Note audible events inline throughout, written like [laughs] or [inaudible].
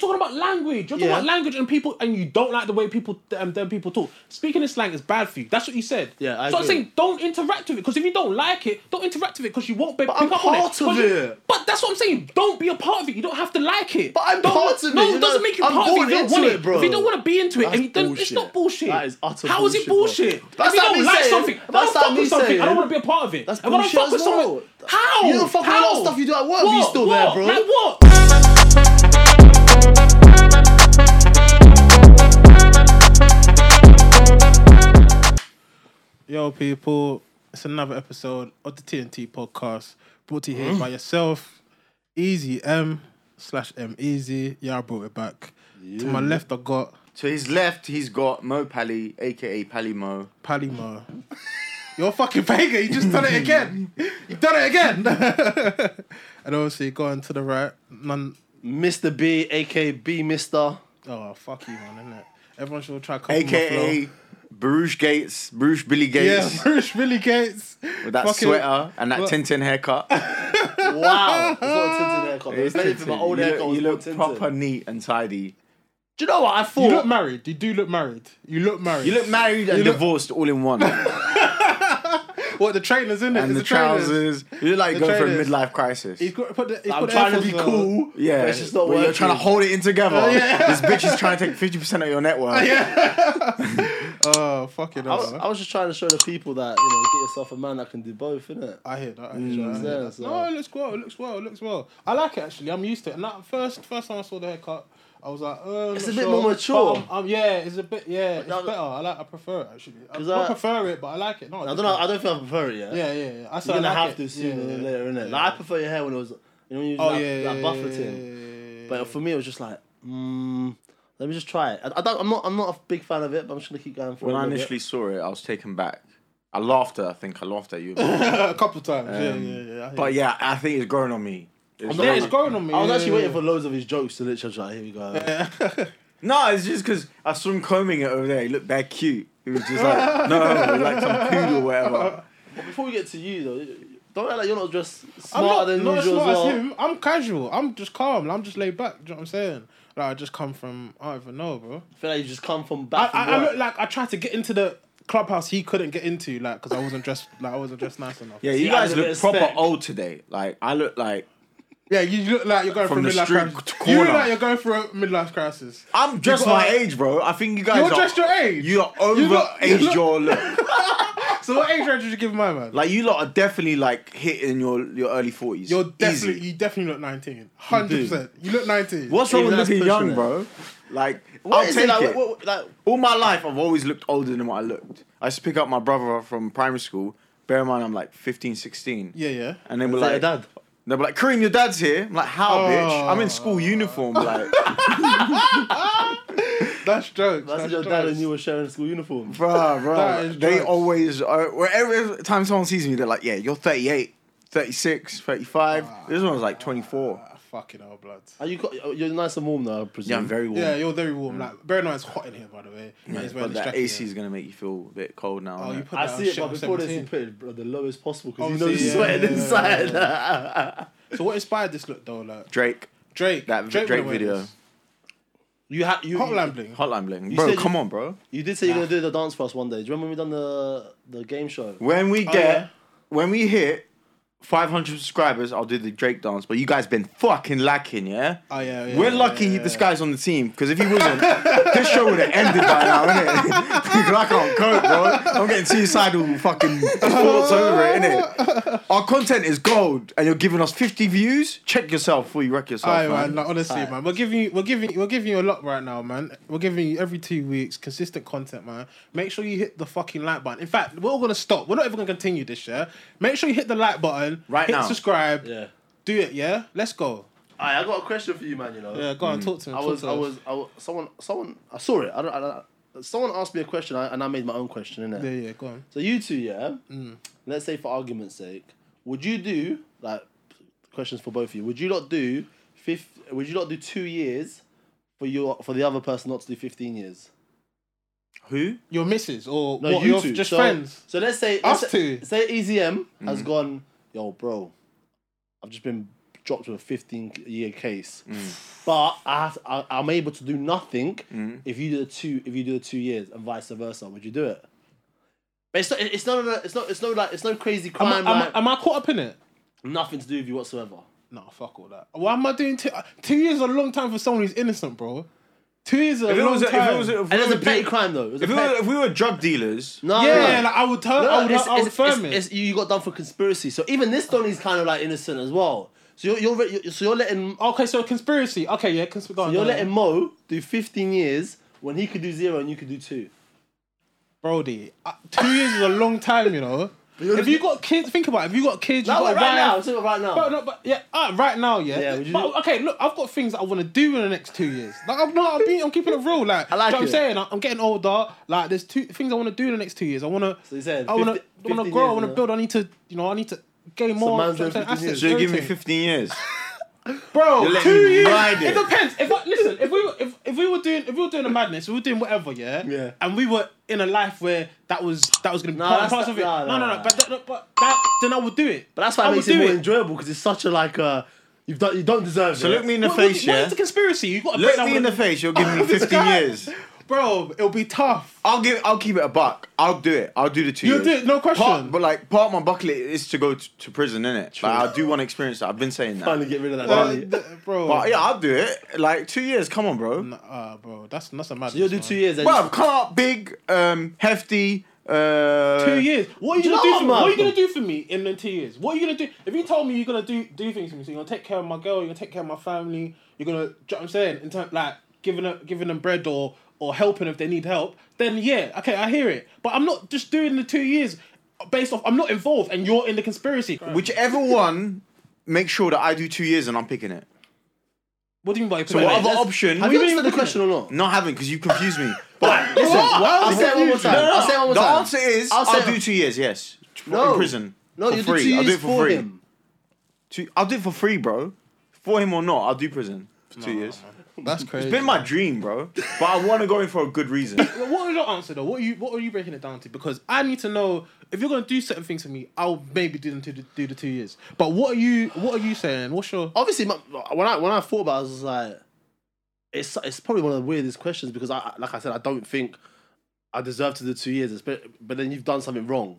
talking about language. You're talking Yeah. about language and people, and you don't like the way people um, them people talk. Speaking in slang is bad for you. That's what you said. Yeah, I so I'm agree. saying don't interact with it because if you don't like it, don't interact with it because you won't be. But I'm part of it. But that's what I'm saying. Don't be a part of it. You don't have to like it. But I'm Don't- part of it, No, you it doesn't know. make you I'm part of it. If born you don't into want it, bro. If you don't want to be into it, That's and you don't, it's not bullshit. That is utter How is it bullshit, bro. bullshit? That's if you like don't me like saying- something, if I that's don't fuck like me with something, I saying- don't want to be a part of it. That's If I don't bullshit fuck as with well. someone, how? You don't fuck with a lot of How? stuff you do at work, you What? still What? there, bro. Like what? Yo, people, it's another episode of the TNT podcast brought to you here by Mm. yourself, Easy M slash M Easy. Yeah, I brought it back. To my left, I got To his left, he's got Mo Pally, aka Pally Mo. Palima. [laughs] You're a fucking Vega, you just done it again. You've done it again. [laughs] and obviously, going to the right, none. Mr. B, aka B Mister, Oh, fuck you, man, innit? Everyone should try to copy my AKA Bruges Gates, Bruges Billy flow. Gates. Yeah, [laughs] Bruce Billy Gates. [laughs] With that Fucking- sweater and that What? Tintin haircut. Wow, it's not a Tintin [laughs] haircut. It's not even my old you haircut. look, was you not look Tintin. proper neat and tidy. Do you know what I You thought? look married. You do look married. You look married. You look married and divorced all in one. [laughs] and What the trainers in it? the, trousers. You look like The you're going trainers. for a midlife crisis. He's got put the. He's I'm put the trying Air to be Force on. cool. yeah, but it's just not but you're working. trying to hold it in together. yeah. This bitch is trying to take fifty percent of your network. Oh fuck it, I was, I I, was just trying to show the people that you know, get yourself a man that can do both, innit? I hear that. I hear that. I hear yeah, that. so- No, it looks well. It looks well. It looks well. I like it actually. I'm used to it. And that first first time I saw the haircut, I was like, uh, It's not a bit sure. more But, mature. Um, um, yeah, it's a bit. Yeah, it's that- better. I like. I prefer it actually. I, 'Cause not I- prefer it, but I like it. No, I don't know. I don't think I prefer it yet. yeah, yeah, yeah. I You're said I gonna like have it. to sooner yeah, than later, innit? yeah. Like I prefer your hair when it was, you know, when you Oh that, yeah, that yeah, buffer yeah, thing. yeah, But for me, it was just like, mm, let me just try it. I, I don't, I'm not. I'm not a big fan of it, but I'm just gonna keep going for When it. I initially saw it, I was taken back. I laughed at. I think I laughed at you. yeah. [laughs] a couple times. yeah, yeah, yeah. I hear but you. yeah, I think it's growing on me. It's yeah, growing it's on- growing on me. I was yeah, actually yeah, waiting yeah. for loads of his jokes to literally just like, here we go. No, it's just because I saw him combing it over there. He looked that cute. He was just like, [laughs] no, like some poodle, or whatever. But before we get to you though, don't act like you're not just I'm not, smarter than not as usual smart as well. as him. I'm casual. I'm just calm. I'm just laid back. Do you know what I'm saying? Like I just come from. I don't even know, bro. I feel like you just come from I, back. I, from I work. look like I tried to get into the clubhouse he couldn't get into, like because I wasn't dressed like I wasn't dressed nice enough. Yeah, you you guys added a bit look of proper spec. old today. Like I look like yeah, you look like you're going From through the midlife street crisis. c- You look corner. like you're going through a midlife crisis. I'm You just got- my age, bro. I think you guys You're are just your age. You are over You look- you aged look- your look. So what age range did you give my man? like you lot are definitely like hitting your your early forties. you're definitely you definitely look 19. 100. percent You look 19. What's wrong Even with that's looking pushing young, it. bro? Like What I'll is take it like? it. What, what, like All my life, I've always looked older than what I looked. I used to pick up my brother from primary school. Bear in mind, I'm like 15, 16. Yeah, yeah. And then we're Is like, that your dad? They'll be like, Kareem, your dad's here. I'm like, how, bitch? I'm in Oh. school uniform. Like, [laughs] That's jokes. that's that's your jokes. dad and you were sharing school uniform. bruh, That is bruh. They jokes. always, uh, are, wherever time someone sees me, they're like, yeah, you're 38, 36, 35. this one was like 24. Ah, fucking hell, blood. Are you? co- You're nice and warm now, I presume. yeah, I'm very warm. Mm. Yeah, you're very warm. Like, bear in mind it's hot in here, by the way. Like, he's wearing but this that jacket. AC is going to make you feel a bit cold now. Oh, innit? you put I that on see it, shit but on before this, he 17. put it bro, the lowest possible because you know Obviously, he's yeah, sweating yeah, yeah, inside. [laughs] So what inspired this look though? Like Drake, Drake. that Drake, Drake would've wear video. this. you had you, Hotline you bling. Hotline Bling. You Bro, said come you- on, bro. you did say you're gonna do the dance for us one day. Do you remember when we done the the game show? When we get, Oh, yeah. when we hit 500 subscribers, I'll do the Drake dance. But you guys been fucking lacking, yeah? Oh yeah, yeah We're yeah, lucky yeah, this yeah. guy's on the team because if he wasn't, this show would have ended by now, innit? [laughs] Because I can't cope, bro. I'm getting suicidal fucking thoughts over it, innit? Our content is gold and you're giving us 50 views. Check yourself before you wreck yourself, Aye, man. man. Like, honestly, man, we're giving you, we're giving, you- we're giving you a lot right now, man. We're giving you every two weeks consistent content, man. Make sure you hit the fucking like button. In fact, we're all gonna stop. We're not even gonna continue this, yeah. Make sure you hit the like button Right hit now. Subscribe. Yeah. Do it, yeah. Let's go. Aye, I got a question for you, man. You know. Yeah, go on. Mm. Talk to me. I talk was, to I us. was, I was, someone, someone, I saw it. I don't, I don't, someone asked me a question I, and I made my own question, innit? Yeah, yeah. Go on. So you two, yeah. Let's say for argument's sake, would you do like questions for both of you? Would you not do fifth? Would you not do two years for your for the other person not to do fifteen years? Who? Your missus or No, what, you your- two. just so, friends. So let's say E Us let's say, two. Say EZM has gone. Yo, bro, I've just been dropped with a 15 year case. But I have, I, I'm able to do nothing if you do the two if you do the two years and vice versa. Would you do it? But it's not. It's not. It's not. It's no like. It's no crazy crime. Am, I- am, like, I- am I caught up in it? nothing to do with you whatsoever. No, fuck all that. Why am I doing two? Two years is a long time for someone who's innocent, bro. Two years is a If it long was, a- time. if it was, a- if And we it was were a petty do- crime though. It was a if we petty- were, if we were drug dealers, no, yeah, like I would turn. I would, it's- I would it's- firm it's- it's- it. you got done for conspiracy. So even this Donny's kind of like innocent as well. So you're, you're, re- you're so you're letting okay, so conspiracy. Okay, yeah, conspiracy. Go on, you're go on. letting Mo do 15 years when he could do zero and you could do two. Brody. uh, two years is a long time, you know. If you got kids, think about it. If you got kids, you No, got but a right now, wife- so right now. But, no, but yeah, uh, right now, yeah. Yeah, would you but, do- okay, look, I've got things that I want to do in the next two years. Like I'm not, I'm, being, I'm keeping it real. Like, I like you know what I'm it. saying I- I'm getting older. Like, there's two things I want to do in the next two years. I want to, So you said I want to, 50 I want to 15 grow. I years, want to yeah. build. I need to, you know, I need to gain more. man's you know what I'm doing 15 saying, so you give me everything. 15 years. Bro, You're letting two me years. ride It it. depends. If I, listen, if we were, if, if we were doing if we were doing a madness, we were doing whatever, yeah. Yeah. And we were in a life where that was that was gonna be No, part and that's parcel of not- it. no, no, No, no, no. no. But, that, but that then I would do it. But that's why I it would makes it do more enjoyable because it's such a like uh, you've done you don't deserve So it. look me in the What- what- face, what yeah. is the conspiracy? You got to break Look down me in the with- face. You're [laughs] giving me [laughs] This 15 guy. years. bro. It'll be tough. I'll give. I'll keep it a buck. I'll do it. I'll do the two. You'll do years. it, no question. Part, but like part of my bucket list is to go to, to prison, innit? Like, I do want to experience that. I've been saying that. finally get rid of that. Uh, Donny. th- bro. But yeah, I'll do it. Like two years. Come on, bro. Ah, bro, that's that's a madness. You'll do man. two years. and Bro, come out big, um, hefty. Uh, Two years. What are you Do you gonna know do what, for me? What are you man? gonna do for me in the two years? What are you gonna do? If you told me you're gonna do do things for me, so you're gonna take care of my girl, you're gonna take care of my family, you're gonna, do you know what I'm saying, in terms like giving them giving them bread or or helping if they need help, then yeah, okay, I hear it. But I'm not just doing the two years based off. I'm not involved, and you're in the conspiracy. Which Whichever one, make sure that I do two years and I'm picking it. what do you mean by So what other let's- option? have you answered the question or not? Not having because you [laughs] confused me. But Listen, I'll say it one more time. No, no, I'll say it one more the time. answer is I'll I'll, say it- do two years. Yes, No. in prison. No, for you do free. two years I'll do it for, for free. him. Two, I'll do it for free, bro. For him or not, I'll do prison for two years. [laughs] That's crazy. It's been my dream, bro. But I want to go in for a good reason. But what was your answer though? What are you what are you breaking it down to? Because I need to know if you're gonna do certain things for me, I'll maybe do them to the, do the two years. But what are you what are you saying? What's your obviously my, when I when I thought about it, I was like, it's it's probably one of the weirdest questions because I I- like I said I don't think I deserve to do two years, but but then you've done something wrong,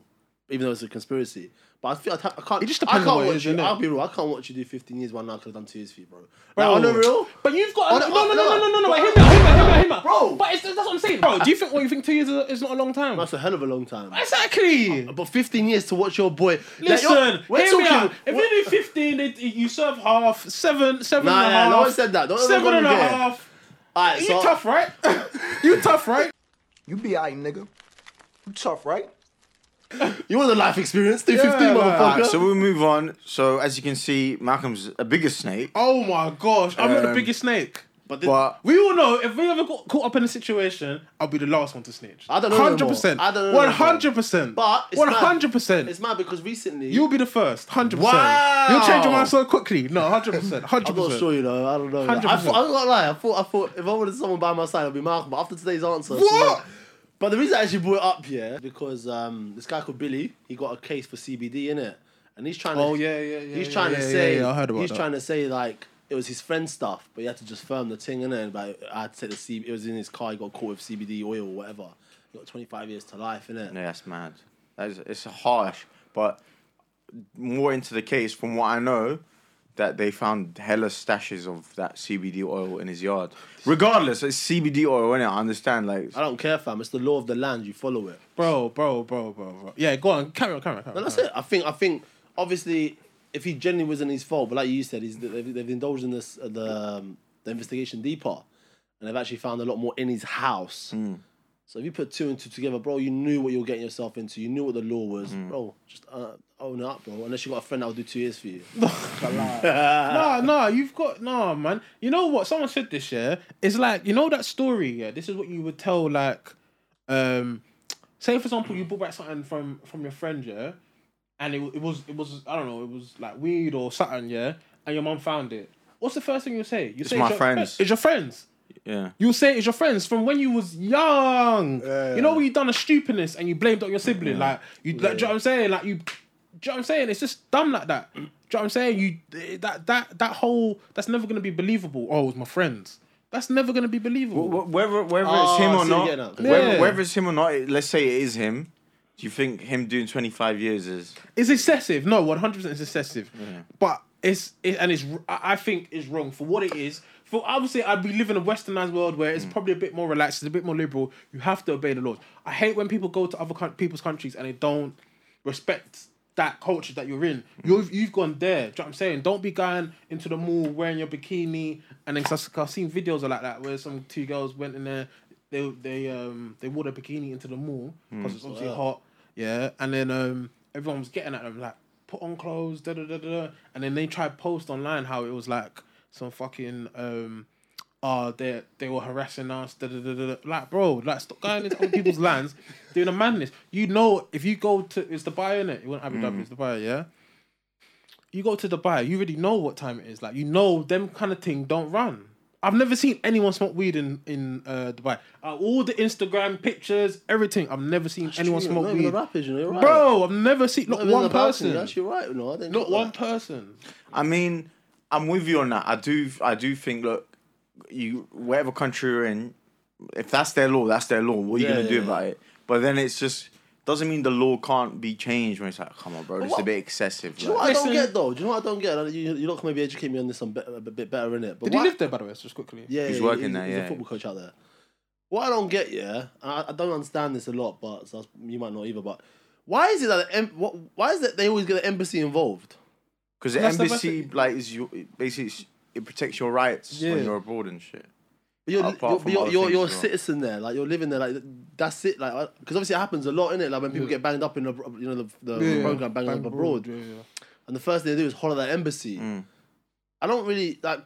even though it's a conspiracy. But I feel I, ta- I can't. It just I depends can't on what it watch is, you. innit? I'll be real. I can't watch you do fifteen years when I could have done two years for you, bro. Like, on the real, But you've got On- Oh, no, no, no, no, no, no, no, on- wait, hear me out, hear me out, hear me out, hear me out. Bro. But it's, that's what I'm saying. Bro, do you think what you think two years is, is not a long time? that's a hell of a long time. exactly. But fifteen years to watch your boy. Like, Listen, you're- we're hear me talking- out. If we're- you do 15, they, you serve half, seven, seven Nah, and a nah, half, no one said that. Don't ever go seven and a there. half. Alright, You so- tough, right? you tough, right? You be aight, nigga. You tough, right? You want the life experience? Do fifteen, like- motherfucker. [laughs] Alright, so we'll move on. So as you can see, Malcolm's a bigger snake. Oh my gosh, I'm not the Um, biggest snake. but this, But We all know if we ever got caught up in a situation, I'll be the last one to snitch. I don't know no more. Hundred percent. I don't know no more. One hundred percent. but it's mad- one hundred percent. It's mad because recently You'll be the first. Hundred Wow. percent. You'll change your mind so quickly. No, hundred percent. Hundred I'm not sure, percent. you know. I don't know. I 100%. thought, I'm not gonna lie. I thought, I thought if I wanted someone by my side, I'd be Malcolm. But after today's answer, it's What? not. But the reason I actually brought it up here because um, this guy called Billy, he got a case for CBD in it, and he's trying to. Oh, yeah, yeah, yeah, He's yeah, trying to yeah, say. yeah, yeah, I heard about he's that. trying to say like it was his friend's stuff, but he had to just firm the thing in it. But I had to say the C. It was in his car. He got caught with CBD oil or whatever. He got 25 years to life in it. No, that's mad. That is, it's harsh, but more into the case, from what I know, that they found hella stashes of that CBD oil in his yard. Regardless, it's CBD oil, innit? I understand, like, I don't care, fam. It's the law of the land. You follow it. Bro, bro, bro, bro, bro. Yeah, go on. Carry on, carry on, carry on. And that's it. I think. I think. Obviously, if he genuinely wasn't his fault, but like you said, he's, they've, they've indulged in this uh, the um, the investigation deeper, and they've actually found a lot more in his house. Hmm. So if you put two and two together, bro, you knew what you were getting yourself into. You knew what the law was, Hmm. bro. Just uh, own up, bro. Unless you got a friend that will do two years for [laughs] you. Nah, nah, you've got nah, man. You know what? Someone said this, yeah. It's like you know that story, yeah. This is what you would tell, like, um, say for example, you bought back something from from your friend, yeah, and it, it was it was I don't know, it was like weed or something, yeah, and your mum found it. What's the first thing you say? You say my your friends. It's your friends. yeah. You'll say it's your friends from when you was young. Yeah. You know when you done a stupidness and you blamed it on your sibling, like you, like, do you know what I'm saying? Like you Do you know what I'm saying? It's just dumb like that. Do you know what I'm saying? You eh, that that that whole that's never gonna be believable. Oh, it was my friends. That's never gonna be believable. Wh- Whether whether Oh, it's him I or see not, again now. Yeah. whether, whether it's him or not, it- let's say it is him. Do you think him doing 25 years is? It's excessive. No, one hundred percent is excessive. But it's it, and it's I I think it's wrong for what it is. For obviously, I'd be living in a westernized world where it's probably a bit more relaxed, it's a bit more liberal. You have to obey the laws. I hate when people go to other coun- people's countries and they don't respect that culture that you're in. You've you've gone there. Do you know what I'm saying? Don't be going into the mall wearing your bikini and then cause I've seen videos like that where some two girls went in there. They they um they wore their bikini into the mall because it's obviously hot. Yeah, and then um everyone was getting at them like put on clothes da da da da, da. and then they tried to post online how it was like some fucking um oh, they they were harassing us. Da, da, da, da, da. Like, bro, like stop going into other people's lands, doing a madness. You know, if you go to it's Dubai, innit? You want Abu Dhabi, it's Dubai, yeah. You go to Dubai, you already know what time it is. Like, you know, them kind of thing don't run. I've never seen anyone smoke weed in in uh, Dubai. Uh, all the Instagram pictures, everything. I've never seen anyone True, smoke not even weed, the rappers, you know, you're right. bro. I've never seen Not not, even one the balcony, person, That's you right. No, I didn't not know one that. person. I mean, I'm with you on that. I do I do think look, you whatever country you're in, if that's their law, that's their law. What are you Yeah, gonna do yeah, about it? But then it's just doesn't mean the law can't be changed when it's like, come on, bro, this is a what- bit excessive. Do you know like. what I Listen. don't get though? Do you know what I don't get? Like, You, you lot can maybe educate me on this a bit, a bit better in it. But Did what, he live there, by the way? Just quickly. Yeah, He's yeah, working he's, there, He's yeah. a football coach out there. What I don't get, yeah, and I, I don't understand this a lot, but so you might not either. But why is it that the em- what, why is it they always get the embassy involved? Because the That's the embassy, like, is your basically it's- it protects your rights Yeah. when you're abroad and shit. But you're, Apart you're, from but you're, other you're, things you're a as well. citizen there, like you're living there, like that's it, like because obviously it happens a lot in it, like when people get banged up in the you know the, the program banged up abroad, Yeah, yeah. and the first thing they do is holler that embassy. Mm. I don't really like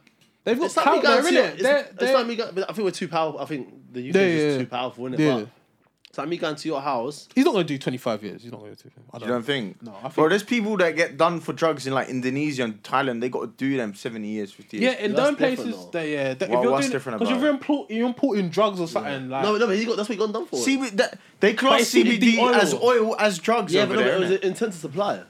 They've got It's like clout me going to- there, innit? it's- They're- it's they're- like me going- but I think we're too powerful. I think the UK Yeah, is just yeah. too powerful, innit? Yeah. But it's like me going to your house. He's not going to do 25 years. He's not going to do 25. I You don't think? No, I think- Bro, there's people that get done for drugs in like Indonesia and Thailand. They got to do them 70 years, 50 years. Yeah, in That's those different, places, though. they, yeah. That, What- if you're what's doing, different Because about you're, import, you're importing drugs or something. Like, No, no, but he got that's what he got done for. CB, that, they class it's CBD CBD oil. as oil as drugs yeah, over but, no, but there. it was innit? an intent to supply.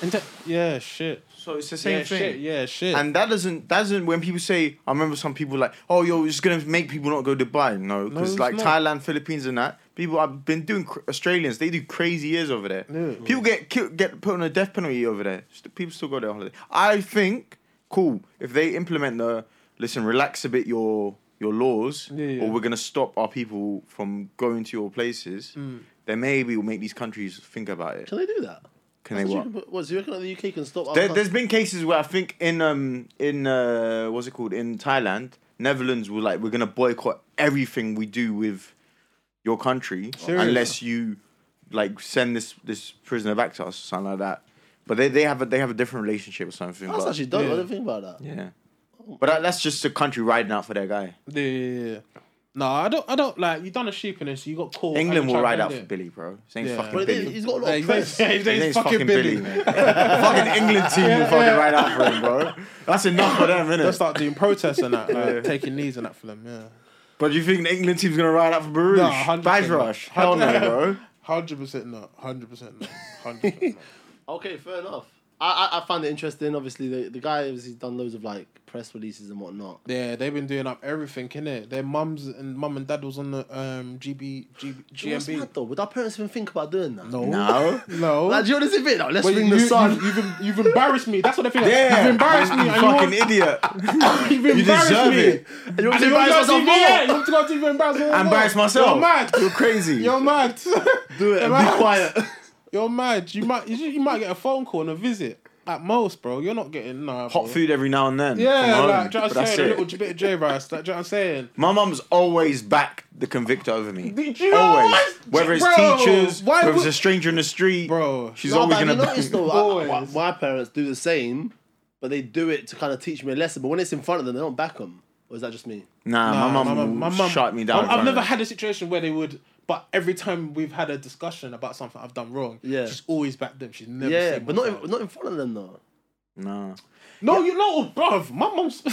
And that- yeah, shit. so it's the same Yeah, thing. shit. Yeah, shit. And that doesn't that doesn't when people say I remember some people like oh yo it's gonna make people not go to Dubai no because it's like not. Thailand Philippines and that people I've been doing cr- Australians they do crazy years over there Yeah. people get killed, get put on a death penalty over there St- people still go there on holiday I think cool if they implement the listen relax a bit your your laws Yeah, yeah. or we're gonna stop our people from going to your places Mm. then maybe we'll make these countries think about it Can they do that? can they That's what you can- what, so you reckon that the UK can stop? other there, coun- there's been cases where I think in um in uh what's it called in Thailand, Netherlands were like we're gonna boycott everything we do with your country Serious? unless you like send this this prisoner back to us or something like that. But they, they have a they have a different relationship or something. that's but, actually dope. yeah. I didn't think about that. yeah. But that, that's just the country riding out for their guy. Yeah, yeah, yeah. No, I don't, I don't, like, you done a sheep in this, you got caught. England and will tried ride to out end for it. Billy, bro. His name's Yeah. fucking But Billy. it, he's got a lot Yeah, of he's, [laughs] press. [laughs] yeah, his His name's fucking, Billy. man. [laughs] fucking England team will fucking ride out for him, bro. That's enough for them, They'll innit? start doing protests and [laughs] that, like, taking knees and that for them, yeah. But do you think the England team's gonna ride out for Baruch? No, 100%. [laughs] Badge rush. Hell no, bro. 100% not. 100% not. 100% not. Okay, fair enough. I, I I found it interesting. Obviously, the the guy has done loads of like press releases and whatnot. [laughs] Yeah, they've been doing up everything, innit? Their mums and mum and dad was on the um GB, GB Do you know what's GMB. mad, though? Would our parents even think about doing that? No. No. [laughs] No. Like, do you know this bit? Like, let's Well, ring you, the sun. You, have you've embarrassed me. That's what I think. Yeah. You've embarrassed me. You and fucking you idiot. want- [laughs] you've You embarrassed deserve me. it. [laughs] And you want to And embarrass you want to go yourself on TV, yeah, more? you want to go on TV and embarrass [laughs] me. I embarrassed myself. You're mad. You're crazy. You're mad. [laughs] Do it and be Relax. quiet. You're mad. You might you, you might get a phone call and a visit at most, bro. You're not getting nah, bro. Hot food every now and then. Yeah, from like do you home, know but what I'm that's saying? A little it. bit of J rice. Like, do you know what I'm saying? My mum's always backed the convict over me. Did you know always. what? Whether it's Bro, teachers, why whether it's would- a stranger in the street, Bro. she's No, always but have gonna. you [laughs] noticed though, I- I- Always. my parents do the same, but they do it to kind of teach me a lesson. But when it's in front of them, they don't back them. Or is that just me? Nah, Nah, my mum will shut me down. I've, in I've front of never her. had a situation where they would, but every time we've had a discussion about something I've done wrong, Yeah. she's always back them. She's never. Yeah, said but my not side. in, not in front of them though. Nah. No, you know, bruv, my mom's. Do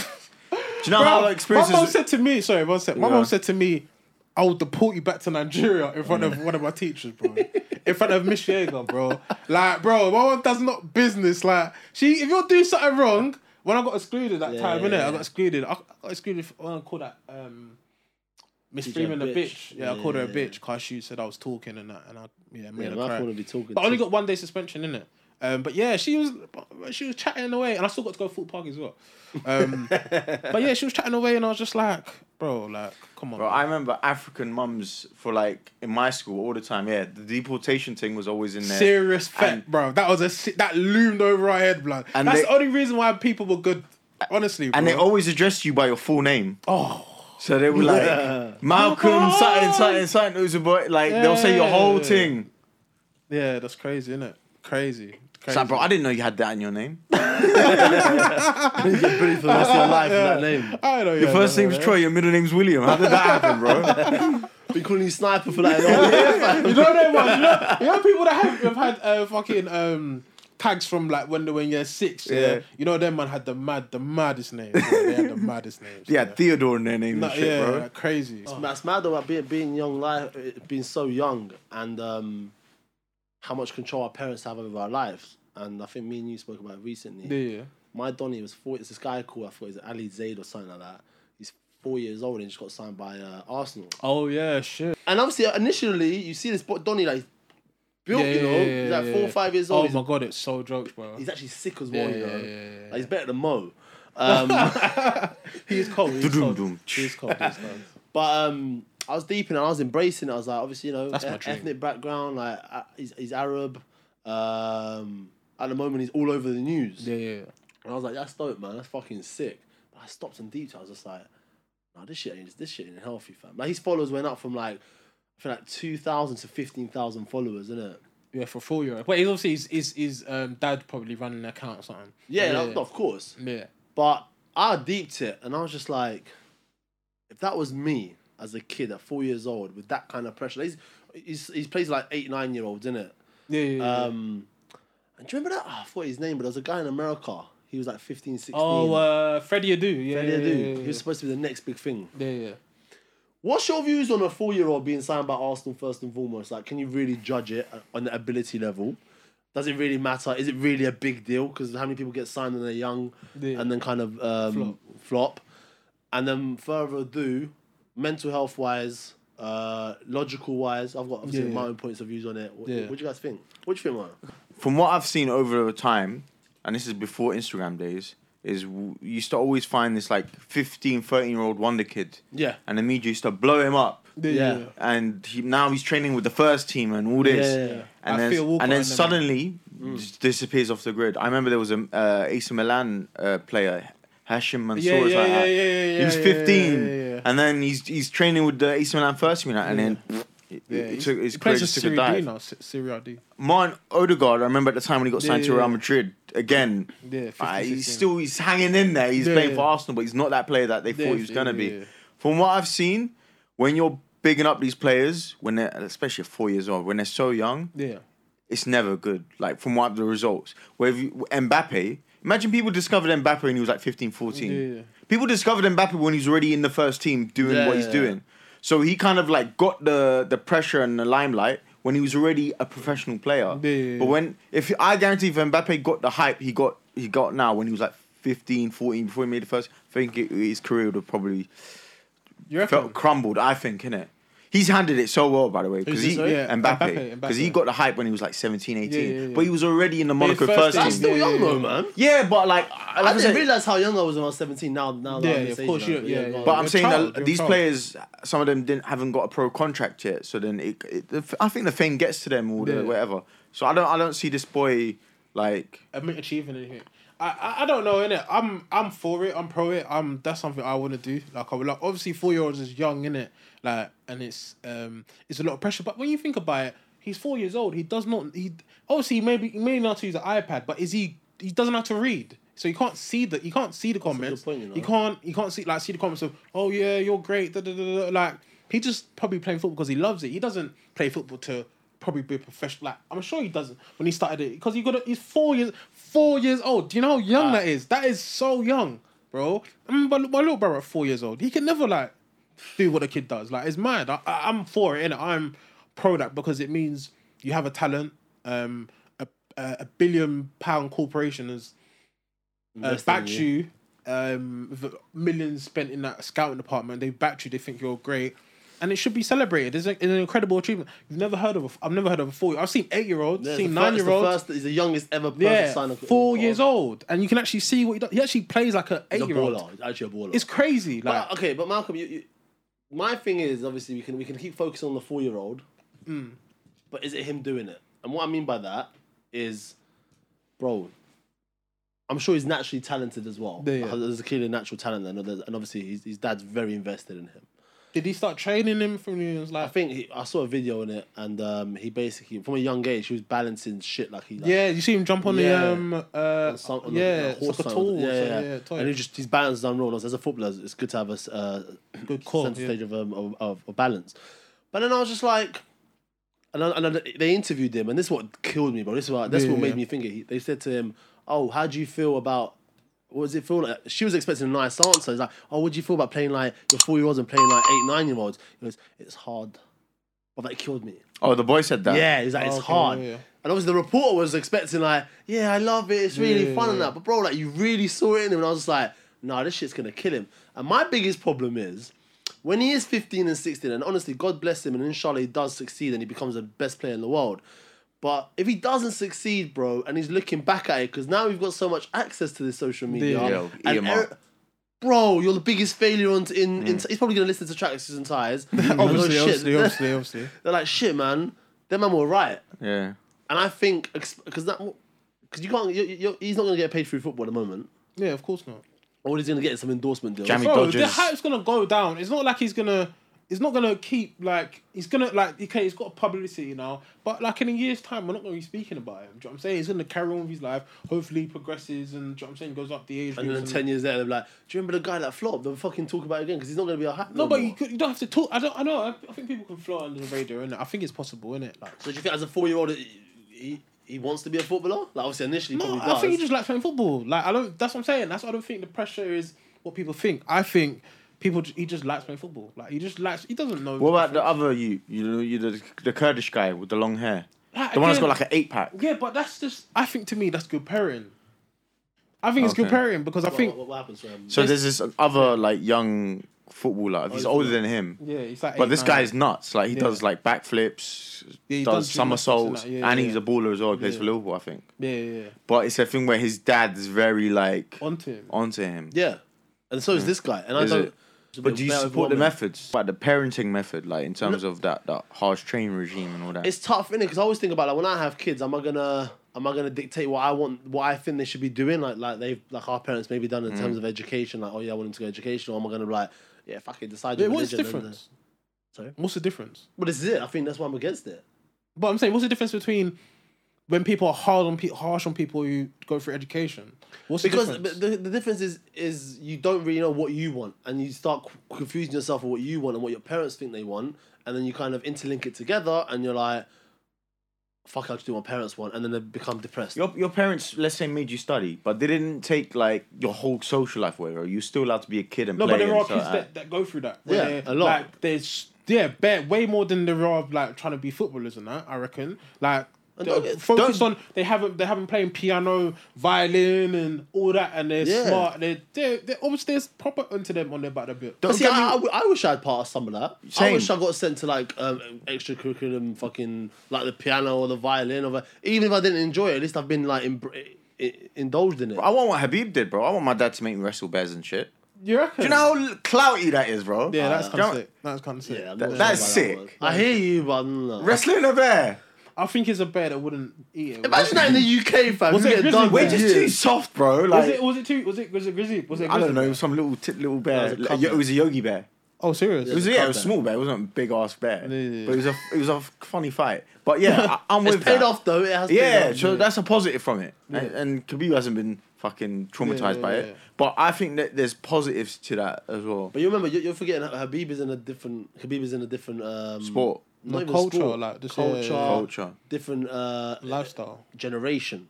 you know how the experience My mom is- said to me, sorry, one sec. My Yeah. mom said to me, I will deport you back to Nigeria in front of one of my teachers, bro. in front of Miss Yeager, bro. Like, bro, my mom does not business. Like, she if you do something wrong, when I got excluded that Yeah, time, yeah, innit? I yeah. got excluded. I I got excluded for I call that um Miss Did you a Freeman a bitch. bitch? Yeah, I Yeah, called her a yeah, bitch because she said I was talking and that, and I yeah made Yeah, her my cry. phone would be talking. But I only to- got one day suspension in it. Um, but yeah, she was she was chatting away, and I still got to go to foot park as well. Um, but yeah, she was chatting away, and I was just like, bro, like, come on. Bro, I remember African mums for like in my school all the time. Yeah, the deportation thing was always in there. Serious And- fact, bro. That was a si- that loomed over our head, blood. And That's they- the only reason why people were good. Honestly, And they bro. always addressed you by your full name. Oh. So they were like Malcolm, something, something, something. It was about like they'll say your whole Oh. Yeah. thing. yeah, that's crazy, isn't it? Crazy. It's crazy. like, bro, I didn't know you had that in your name. get bullied for the rest of your life with that name. [laughs] I don't know. Your first name's Troy, your middle name's William. How did that happen, bro? [laughs] Be calling you sniper for that. you know them ones. You know, you know people that have, have had uh, fucking um, tags from like when they were in year six. Yeah. Yeah. You know them man had the mad, the maddest names. bro. They had the maddest names. Yeah, bro. Theodore in their name No, and shit, yeah, bro. like, crazy. That's mad though about being, being young life, uh, being so young, and um, how much control our parents have over our lives. And I think me and you spoke about it recently. Yeah, yeah. My Donny was four. It's this guy called I thought he's Ali Zaid or something like that. He's four years old and he just got signed by uh, Arsenal. Oh yeah, shit. And obviously, initially, you see this bo- Donny like built, yeah, you know, yeah, he's yeah, like four or yeah. five years Oh old. he's, my god, it's so jokes, bro. he's actually sick as well, Yeah, you yeah, know. yeah, yeah, Like, he's better than Mo. Um, He's cold. He's Dudum cold. dum. He's cold. He's [laughs] cold. But um, I was deep in it. I was embracing it. I was like, obviously, you know, That's my e- dream. ethnic background. Like, uh, he's, he's Arab. Um, at the moment, he's all over the news. Yeah, yeah. And I was like, that's dope, man. That's fucking sick. But I stopped and deep. I was just like, nah, this shit ain't this shit ain't healthy, fam. Like his followers went up from like, I think like two thousand to fifteen thousand followers, innit? Yeah, for four euro. Wait, he's obviously his his, his um, dad probably running an account or something. Yeah, yeah. and I- of course. yeah. But I deeped it, and I was just like, if that was me as a kid at four years old with that kind of pressure, like, he's he's, he's plays like eight nine year olds, innit? Yeah, yeah, Uh, yeah. Um, and do you remember that? Oh, I forgot his name, but there was a guy in America. He was like 15, 16. oh, uh, Freddie Adu. Yeah, Fairly yeah, ado. yeah, He was supposed to be the next big thing. yeah, yeah. yeah. What's your views on a four year old being signed by Arsenal first and foremost? Like, can you really judge it on the ability level? Does it really matter? Is it really a big deal? Because how many people get signed when they're young Yeah. and then kind of um, flop. And then further ado, mental health wise, uh, logical wise, I've got obviously Yeah. my own points of views on it. What, Yeah. what do you guys think? What do you think, man? From what I've seen over time, and this is before Instagram days, is w- you used to always find this like 15, 13 year old wonder kid. Yeah. And the media used to blow him up. Yeah, Yeah. yeah. and he, now he's training with the first team and all this. Yeah, yeah, yeah. And I feel then, Walker and then and them. Mm. suddenly just disappears off the grid. I remember there was a uh, AC Milan uh, player, Hashim Mansour. Yeah, it's yeah, like yeah, that. yeah, yeah, he yeah, was yeah, 15, yeah, yeah, yeah. and then he's he's training with the AC Milan first team now, and then pfft, it, Yeah, it he's- took his he plays career for just took a Serie D dive. now. Se- Serie D. Martin Odegaard, I remember at the time when he got Yeah, signed to yeah, Real yeah. Madrid again. Yeah, 15, uh, he's 16. still he's hanging in there. He's Yeah, playing yeah. for Arsenal, but he's not that player that they thought he was yeah, gonna yeah, be. yeah. From what I've seen, when you're bigging up these players, when they're especially at four years old, when they're so young, Yeah. it's never good. Like from what the results, where if you, Mbappe, imagine people discovered Mbappe when he was like 15, 14. Yeah, yeah. People discovered Mbappe when he's already in the first team doing Yeah, what he's yeah, yeah. doing. So he kind of like got the the pressure and the limelight when he was already a professional player. Yeah, yeah, yeah. But when if I guarantee if Mbappe got the hype he got he got now when he was like 15, 14 before he made the first, I think it, his career would have probably You reckon? felt crumbled. I think, innit? He's handled it so well, by the way, because this, he sorry? Yeah, Mbappe, Mbappe, because he Mbappe. got the hype when he was like 17, 18. yeah, yeah. But he was already in the Monaco first first, team. That's team. still Yeah, young, yeah, though, yeah. man. Yeah, but like, like I I didn't said- realize how young I was when I was 17. Now, now, now Yeah, I'm yeah, this of age, course like, you- yeah, go yeah. on. But You're I'm a saying child, that you're a these child. players, some of them didn't haven't got a pro contract yet. So then it, it the, I think the fame gets to them or the Yeah. whatever. So I don't I don't see this boy like I'm not achieving anything. I, I, I don't know innit. I'm I'm for it. I'm pro it. I'm that's something I want to do. Like I would like obviously four year olds is young innit. Like and it's um it's a lot of pressure. But when you think about it, he's four years old. He does not he obviously maybe he may not use an iPad, but is he he doesn't have to read. So you can't see the you can't see the comments. point, you know. You can't you can't see like see the comments of oh yeah you're great da, da, da, da. like he just probably playing football because he loves it. He doesn't play football to probably be a professional. Like I'm sure he doesn't when he started it because he got a, he's four years four years old. Do you know how young that is? That is so young, bro. I mean, my, my little brother at four years old, he can never like do what a kid does. Like it's mad. I, I, I'm for it, and I'm pro that because it means you have a talent. Um, a, a a billion pound corporation has uh, Invested in backed you. Um, with millions spent in that scouting department. They backed you. They think you're great, and it should be celebrated. It's, a, it's an incredible achievement. You've never heard of. A, I've never heard of a four. I've seen eight year olds, Yeah, it's seen the fir- nine it's year the olds. first- He's the youngest ever person Yeah, signed a four years old, and you can actually see what he does. He actually plays like an He's a eight year baller. old. He's actually a baller. It's crazy. Like But, okay, but Malcolm, you, you, my thing is obviously we can we can keep focusing on the four year old, Hmm. but is it him doing it? And what I mean by that is, bro, I'm sure he's naturally talented as well. Uh, Yeah, yeah. There's clearly a natural talent there, and there's- and obviously his, his dad's very invested in him. Did he start training him from when he was I like? think he, I saw a video in it, and um, he basically from a young age he was balancing shit like he like, Yeah, you see him jump on Yeah. the um uh on some- on the- yeah, the it's like a side, tool, yeah, so, yeah. yeah, toy. and he just his balance is unreal. As a footballer, it's good to have a s- uh, good call. sense Yeah. stage of, um, of, of, of balance. But then I was just like, and, I, and I, they interviewed him, and this is what killed me, bro. This is what, this is what Yeah, made yeah. me think. it. He- They said to him, "Oh, how do you feel about?" What does it feel like? She was expecting a nice answer. It's like, "Oh, what do you feel about playing like your four year olds and playing like eight nine year olds?" He goes, "It's hard." But that killed me. Oh, the boy said that. Yeah, he's like, it's Oh, okay, hard. yeah, yeah. And obviously the reporter was expecting like, yeah, I love it. It's really Yeah, fun and yeah. that. But bro, like you really saw it in him, and I was just like, nah, this shit's gonna kill him. And my biggest problem is when he is 15 and 16, and honestly, God bless him, and inshallah he does succeed and he becomes the best player in the world. But if he doesn't succeed, bro, and he's looking back at it, because now we've got so much access to this social media. Yeah. Yeah, eat and him up. er- bro, you're the biggest failure on in, in he's probably gonna listen to Oh, tracks and [laughs] tires. Mm. Obviously, [laughs] obviously, obviously, obviously. They're like, shit, man. Them man were right, Yeah. and I think because that because you can't. You, you, he's not going to get paid through football at the moment. Yeah, of course not. All he's going to get is some endorsement deals. Jamie- He Bro, dodges. the hype's gonna go down. It's not like he's gonna. It's not gonna keep like he's gonna like okay he's got publicity now but like in a year's time we're not gonna be speaking about him. Do you know what I'm saying? He's gonna carry on with his life. Hopefully he progresses and do you know what I'm saying goes up the age. [laughs] And then groups ten years later, they're like, "Do you remember the guy that flopped?" They'll fucking talk about it again because he's not going to be a hype. No, but you, more. could, you don't have to talk. I don't. I know. I, I think people can fly under the radar, and I think it's possible, isn't it? Like, So do you think as a four-year-old, he, he he wants to be a footballer? Like obviously initially, he no, probably does. I think he just likes playing football. Like, I don't. That's what I'm saying. That's I don't think the pressure is what people think. I think people. ju- He just likes playing football. Like, he just likes. He doesn't know. What about the other you? You know, you the, the Kurdish guy with the long hair, Like, the one that's got again- like an eight pack. Yeah, but that's just. I think to me that's good parenting. I think it's good Okay. parenting because I What- think. what, what happens to him? So there's this other like young footballer. He's older than him. Yeah, it's like. But eight, this nine. guy is nuts. Like he Yeah. does like backflips, Yeah, he does does gymnastics and somersaults, that. and, Yeah, yeah, he's yeah. a baller as well. He plays for Liverpool, I think. Yeah, yeah, yeah. But it's a thing where his dad's very like Onto him. onto him. yeah, and so is this guy. And Is I don't. it? But do you support the method? methods, like the parenting method, like in terms of that that harsh training regime and all that? it's tough, innit? Because I always think about like when I have kids, am I gonna am I gonna dictate what I want, what I think they should be doing, like like they've like our parents maybe done in terms of education, like oh yeah, I want them to go education, or am I gonna be like yeah, fucking decide Yeah, your what's the religion and, uh, difference? Sorry? What's the difference? But this is it. I think that's why I'm against it. But I'm saying, what's the difference between when people are hard on pe- harsh on people who go through education? What's Because the the, difference? the, the difference is is you don't really know what you want, and you start c- confusing yourself with what you want and what your parents think they want, and then you kind of interlink it together, and you're like, fuck, I just do what my parents want, and then they become depressed. Your your parents, let's say, made you study, but they didn't take like your whole social life away. Or you still allowed to be a kid and no, play. but there and are stuff kids like that, that go through that. uh, Yeah, Where, a lot. Like there's yeah, bet way more than there are of, like trying to be footballers and that. I reckon like. don't they're get- Focused don't- on they haven't they haven't playing piano, violin, and all that, and they're Yeah. smart. They're, they're, they're obviously there's proper onto them on their back a bit. But see, get me- I, I w- I wish I'd passed some of that. I Same. wish I got sent to like um, extra curriculum, fucking like the piano or the violin or the, even if I didn't enjoy it, at least I've been like imbr i- indulged in it. I want what Habib did, bro. I want my dad to make me wrestle bears and shit. You reckon? Do you know how clouty that is, bro? yeah, that's Do kind you of know- sick. That's kind of sick. Yeah, I'm That- not that's sure about sick. that one. I hear you, but no. Wrestling a bear. I think it's a bear that wouldn't eat it. Imagine that in the UK, fam. Was you it get a grizzly done bear? We're with just you. too soft, bro. was Like it was it too was it was it grizzly was it I don't grizzly? know, some little tit little bear. was a Like, cub yo- bear. it was a yogi bear. Oh, serious? It was a yeah, cub it was a bear. small bear. It wasn't a big ass bear. Yeah, yeah, yeah. But it was a it was a funny fight. But yeah, I, am It's with paid that. off though. It has Yeah, paid off. so that's a positive from it. And, and Khabib hasn't been fucking traumatized yeah, by yeah, it. yeah. But I think that there's positives to that as well. But you remember, you're, you're forgetting that Habib is in a different. Habib is in a different um, Sport, not The even culture, sport, like, just- yeah, culture, yeah, yeah. culture. different uh, lifestyle. generation.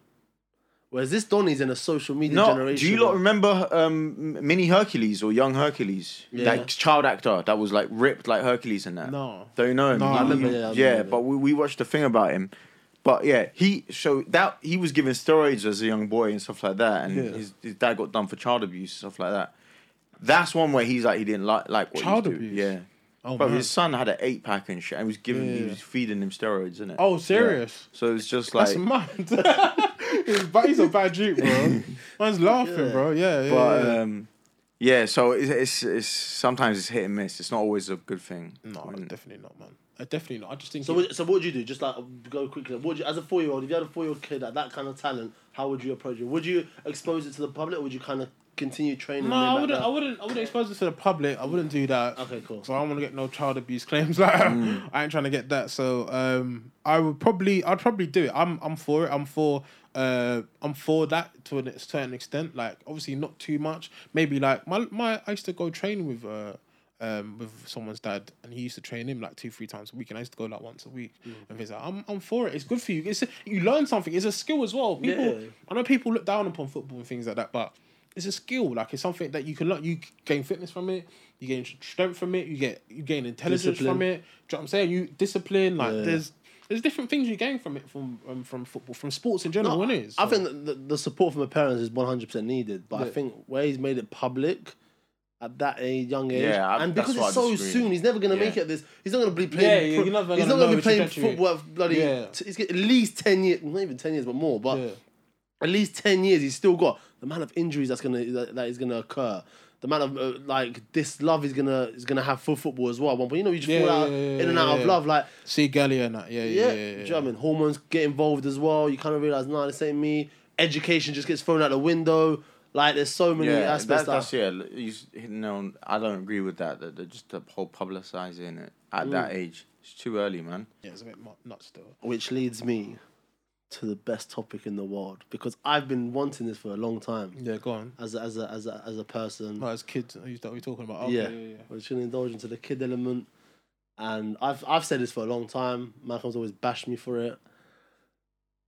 Whereas this Donny's in a social media No, generation. do you lot remember um, Mini Hercules or Young Hercules? That child actor that was like ripped like Hercules and that. No. Don't you know him? No, I He- remember, yeah, I yeah, remember. but we, we watched the thing about him. But yeah, he so that he was given steroids as a young boy and stuff like that, and his, his dad got done for child abuse stuff like that. That's one where he's like he didn't like like what he Child was doing. abuse? Yeah. Oh, but man. his son had an eight pack and shit, and was giving he was feeding him steroids, innit? Oh, serious? Yeah. So it's just like That's [laughs] mad. He's ba- he's a bad dude, [laughs] bro. Man's laughing, bro. Yeah, yeah. But yeah. um, yeah, so it's, it's it's sometimes it's hit and miss. It's not always a good thing. Mm. no, I mean, definitely not, man. Uh, definitely not. I just think. So, he- what- so what would you do? Just like go quickly. What would you, as a four year old, if you had a four year old kid at that kind of talent, how would you approach it? Would you expose it to the public? or Would you kind of continue training? them No, I like wouldn't. that? I wouldn't. I wouldn't expose it to the public. I wouldn't do that. Okay, cool. Mm. So I don't want to get no child abuse claims. [laughs] Like I ain't trying to get that. So um, I would probably. I'd probably do it. I'm. I'm for it. I'm for. Uh, I'm for that to a certain extent. Like obviously not too much. Maybe like my my. I used to go train with. Uh, um, with someone's dad, and he used to train him like two, three times a week, and I used to go like once a week. Mm. And things like, I'm, I'm for it. It's good for you. It's you learn something. It's a skill as well. People, Yeah. I know people look down upon football and things like that, but it's a skill. Like it's something that you can learn. You gain fitness from it. You gain strength from it. You get you gain intelligence Discipline. from it. Do you know what I'm saying? You discipline. Like Yeah. there's there's different things you gain from it from um, from football from sports in general. No, isn't it? I So- think that the, the support from the parents is one hundred percent needed, but I Yeah. think where he's made it public at that age, young age, Yeah, I- and that's because why it's I so disagree. soon, he's never gonna Yeah. make it. This, he's not gonna be Yeah, playing. yeah, pro- you're never he's gonna not gonna know be his playing trajectory. football. at Bloody, Yeah. t- he's get- at least ten years, not even ten years, but more. But Yeah. at least ten years, he's still got the amount of injuries that's gonna that, that is gonna occur. The amount of uh, like this love is gonna is gonna have for football as well. At One point, you know, you just Yeah, fall out yeah, yeah, in and out yeah, of yeah. love. Like see Gallia and that. Yeah, yeah, yeah, yeah. yeah, do yeah. you know what I mean? Hormones get involved as well. You kind of realize, nah, this ain't me. Education just gets thrown out the window. Like, there's so many yeah, aspects that, that. that's yeah. l- You, s- no, I don't agree with that. That that just the whole publicizing it at that age. It's too early, man. Yeah, it's a bit mu- nuts though. Which leads me to the best topic in the world because I've been wanting this for a long time Yeah, go on. as a, as a, as a, as a person. No, as kids, who's that we talking about? Okay, yeah. yeah, yeah. we're just gonna indulge into the kid element, and I've I've said this for a long time. Malcolm's always bashed me for it.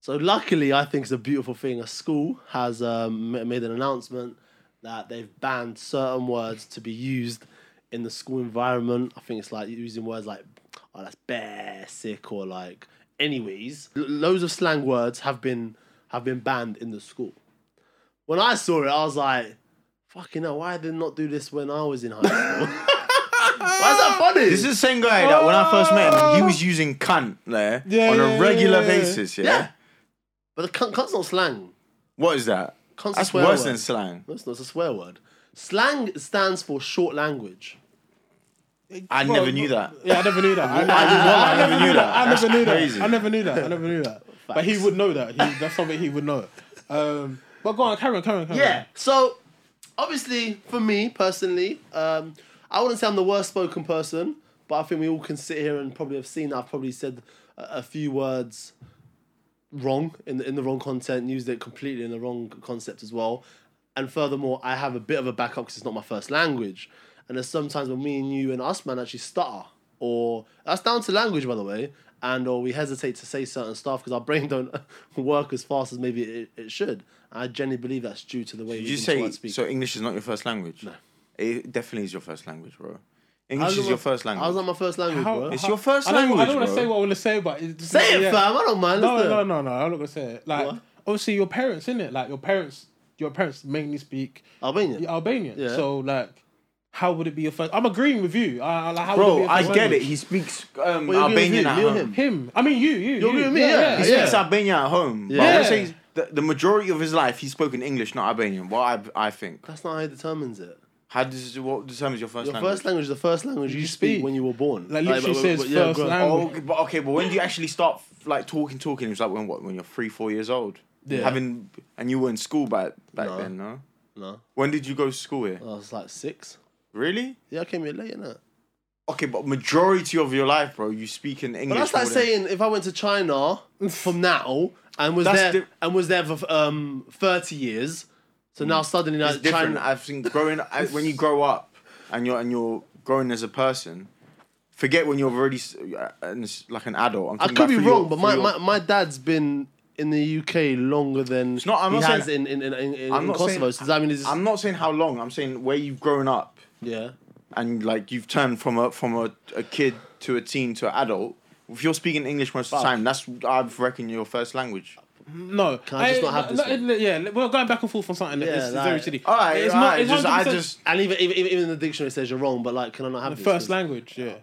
So luckily, I think it's a beautiful thing. A school has um, ma- made an announcement that they've banned certain words to be used in the school environment. I think it's like using words like "oh, that's basic" or like "anyways." L- loads of slang words have been have been banned in the school. When I saw it, I was like, "Fucking hell! Why did they not do this when I was in high school?" Why is that funny? This is the same guy that when I first met him, he was using cunt there Yeah, on yeah, a yeah, regular yeah, yeah. basis. Yeah? Yeah. but the cunt, cunt's not slang. What is that? Cunt's a That's swear worse word. than slang. No, it's not. It's a swear word. Slang stands for short language. I never knew that. Yeah, I never knew that. I, I, didn't know that. [laughs] I never knew that. I [laughs] That's never knew crazy. that. I never knew that. I never knew that. But he would know that. He, that's something he would know. Um, but go on, Karen, Karen, Karen. Yeah. So, obviously, for me personally, um, I wouldn't say I'm the worst spoken person, but I think we all can sit here and probably have seen that I've probably said a, a few words wrong in the, in the wrong content, used it completely in the wrong concept as well. And furthermore, I have a bit of a backup because it's not my first language. And there's sometimes when me and you and us, man, actually stutter. Or that's down to language, by the way. And or we hesitate to say certain stuff because our brain [laughs] don't work as fast as maybe it, it should. I genuinely believe that's due to the way Did we you even try say and speak. so? English is not your first language. No, it definitely is your first language, bro. How's English it is my- your first language. How's that my first language, How- bro? It's your first I don't, language, I don't want to bro. say what I want to say, but it's, say it, yeah. fam. I don't mind. No, let's do no, it. no, no. I'm not gonna say it. Like, What? obviously, your parents, in it, like your parents, your parents mainly speak Albanian. Albanian. Yeah. So, like, how would it be your first? I'm agreeing with you. I, I- like, how would it Bro, be your I first get it. language? He speaks um, Well, you're Albanian giving at me- me or home. him? Him. I mean, you. You. agree with me? Yeah. He Yeah. speaks Albanian at home. But I Yeah. would say the, the majority of his life he's spoken English, not Albanian. What I, I think. That's not how it determines it. How does what determines your first Your language? first language is the first language you, speak, speak. when you were born. Like, literally but- says but- yeah, first grow- language. Oh, okay, but okay, but when do you actually start like talking, talking? It was like when what? When you're three, four years old. Yeah. Having and you were in school back back No. then, no? No, When did you go to school here? I was like six. Really? Yeah, I came here late, innit? Okay, but majority of your life, bro, you speak in English. But that's more like than- saying if I went to China from now and was That's there di- and was there for um thirty years, so now suddenly now it's different. China. I think growing I- when you grow up and you're and you're growing as a person, forget when you're already s- uh, and it's like an adult. I'm I talking could about be for your- wrong, but for my, your- my, my dad's been in the UK longer than not- I'm he not saying- has in, in, in, in, in I'm not Kosovo. saying- so does that mean he's I'm not saying how long. I'm saying where you've grown up yeah. and like you've turned from a from a, a kid to a teen to an adult. If you're speaking English most of the time, that's I reckon your first language. No, Can I just not have this one? Yeah, we're going back and forth on something. that Yeah, is it's like- very silly. All right, it's all right. just, I 100% just And even, even even in the dictionary it says you're wrong, but like, can I not have the this? first 'Cause- language. Yeah.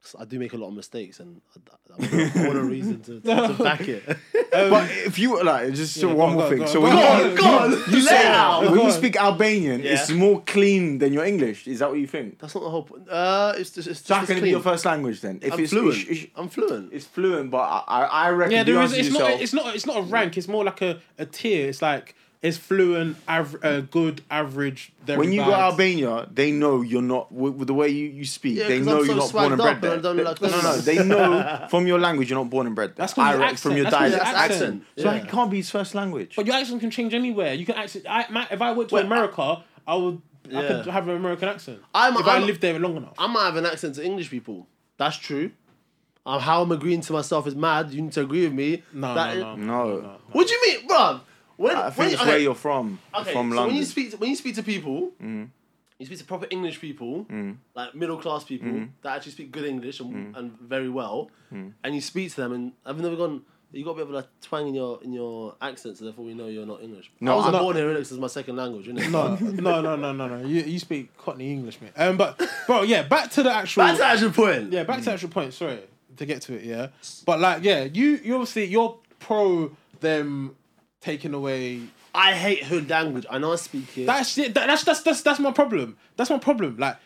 'cause I do make a lot of mistakes, and I, I, I [laughs] want a reason to, to, to back it. [laughs] But if you like, just Yeah, one go more on, thing. go on, so go when on, you, go you- you say Now. when Go you on. speak Albanian, it's more clean than your English. Is that what you think? That's not the whole point. Uh, it's just it's just So how it's can it be clean. your first language then? If I'm it's fluent. it's, it's- I'm fluent. it's fluent, but I, I I reckon Yeah, you there is. answer It's not. yourself- It's not. It's not a rank. It's more like a, a tier. It's like it's fluent, av- uh, good, average. when you go thereabouts. Albania, they know you're not with, with the way you, you speak. Yeah, they 'cause know I'm so you're not born and swagged bred up and I there. don't They- look no, like no, no. this. [laughs] They know from your language you're not born and bred. there. That's 'cause your reckon from accent- your that's 'cause dialect. your That's accent. So Yeah. it can't be his first language. But your accent can change anywhere. You can accent. I, my, if I went to Wait, America, I, would. I could Yeah. have an American accent. I'm- if i I'm- lived there long enough. I might have an accent to English people. That's true. Um, how I'm agreeing to myself is mad. You need to agree with me. no, That- no, no, no, What do you mean, bruv? When, I think when, it's okay, where you're from. okay, from so London. when you speak to, when you speak to people, Mm. you speak to proper English people, like middle class people Mm. that actually speak good English and, and very well, and you speak to them, and I've never gone. You got a bit of a like, twang in your in your accent, so therefore we know you're not English. No, I wasn't I'm not- born here. This is my second language, isn't it? No, no, no, no, no, no. You, you speak Cockney English, mate. Um, but bro, yeah, back to the [laughs] actual. That's the actual point. yeah, back to the actual point. Sorry to get to it. Yeah, but like, yeah, you, you obviously you're pro them taking away. I hate hood language. I know I speak it. That's it. That, that's that's that's that's my problem. That's my problem. Like,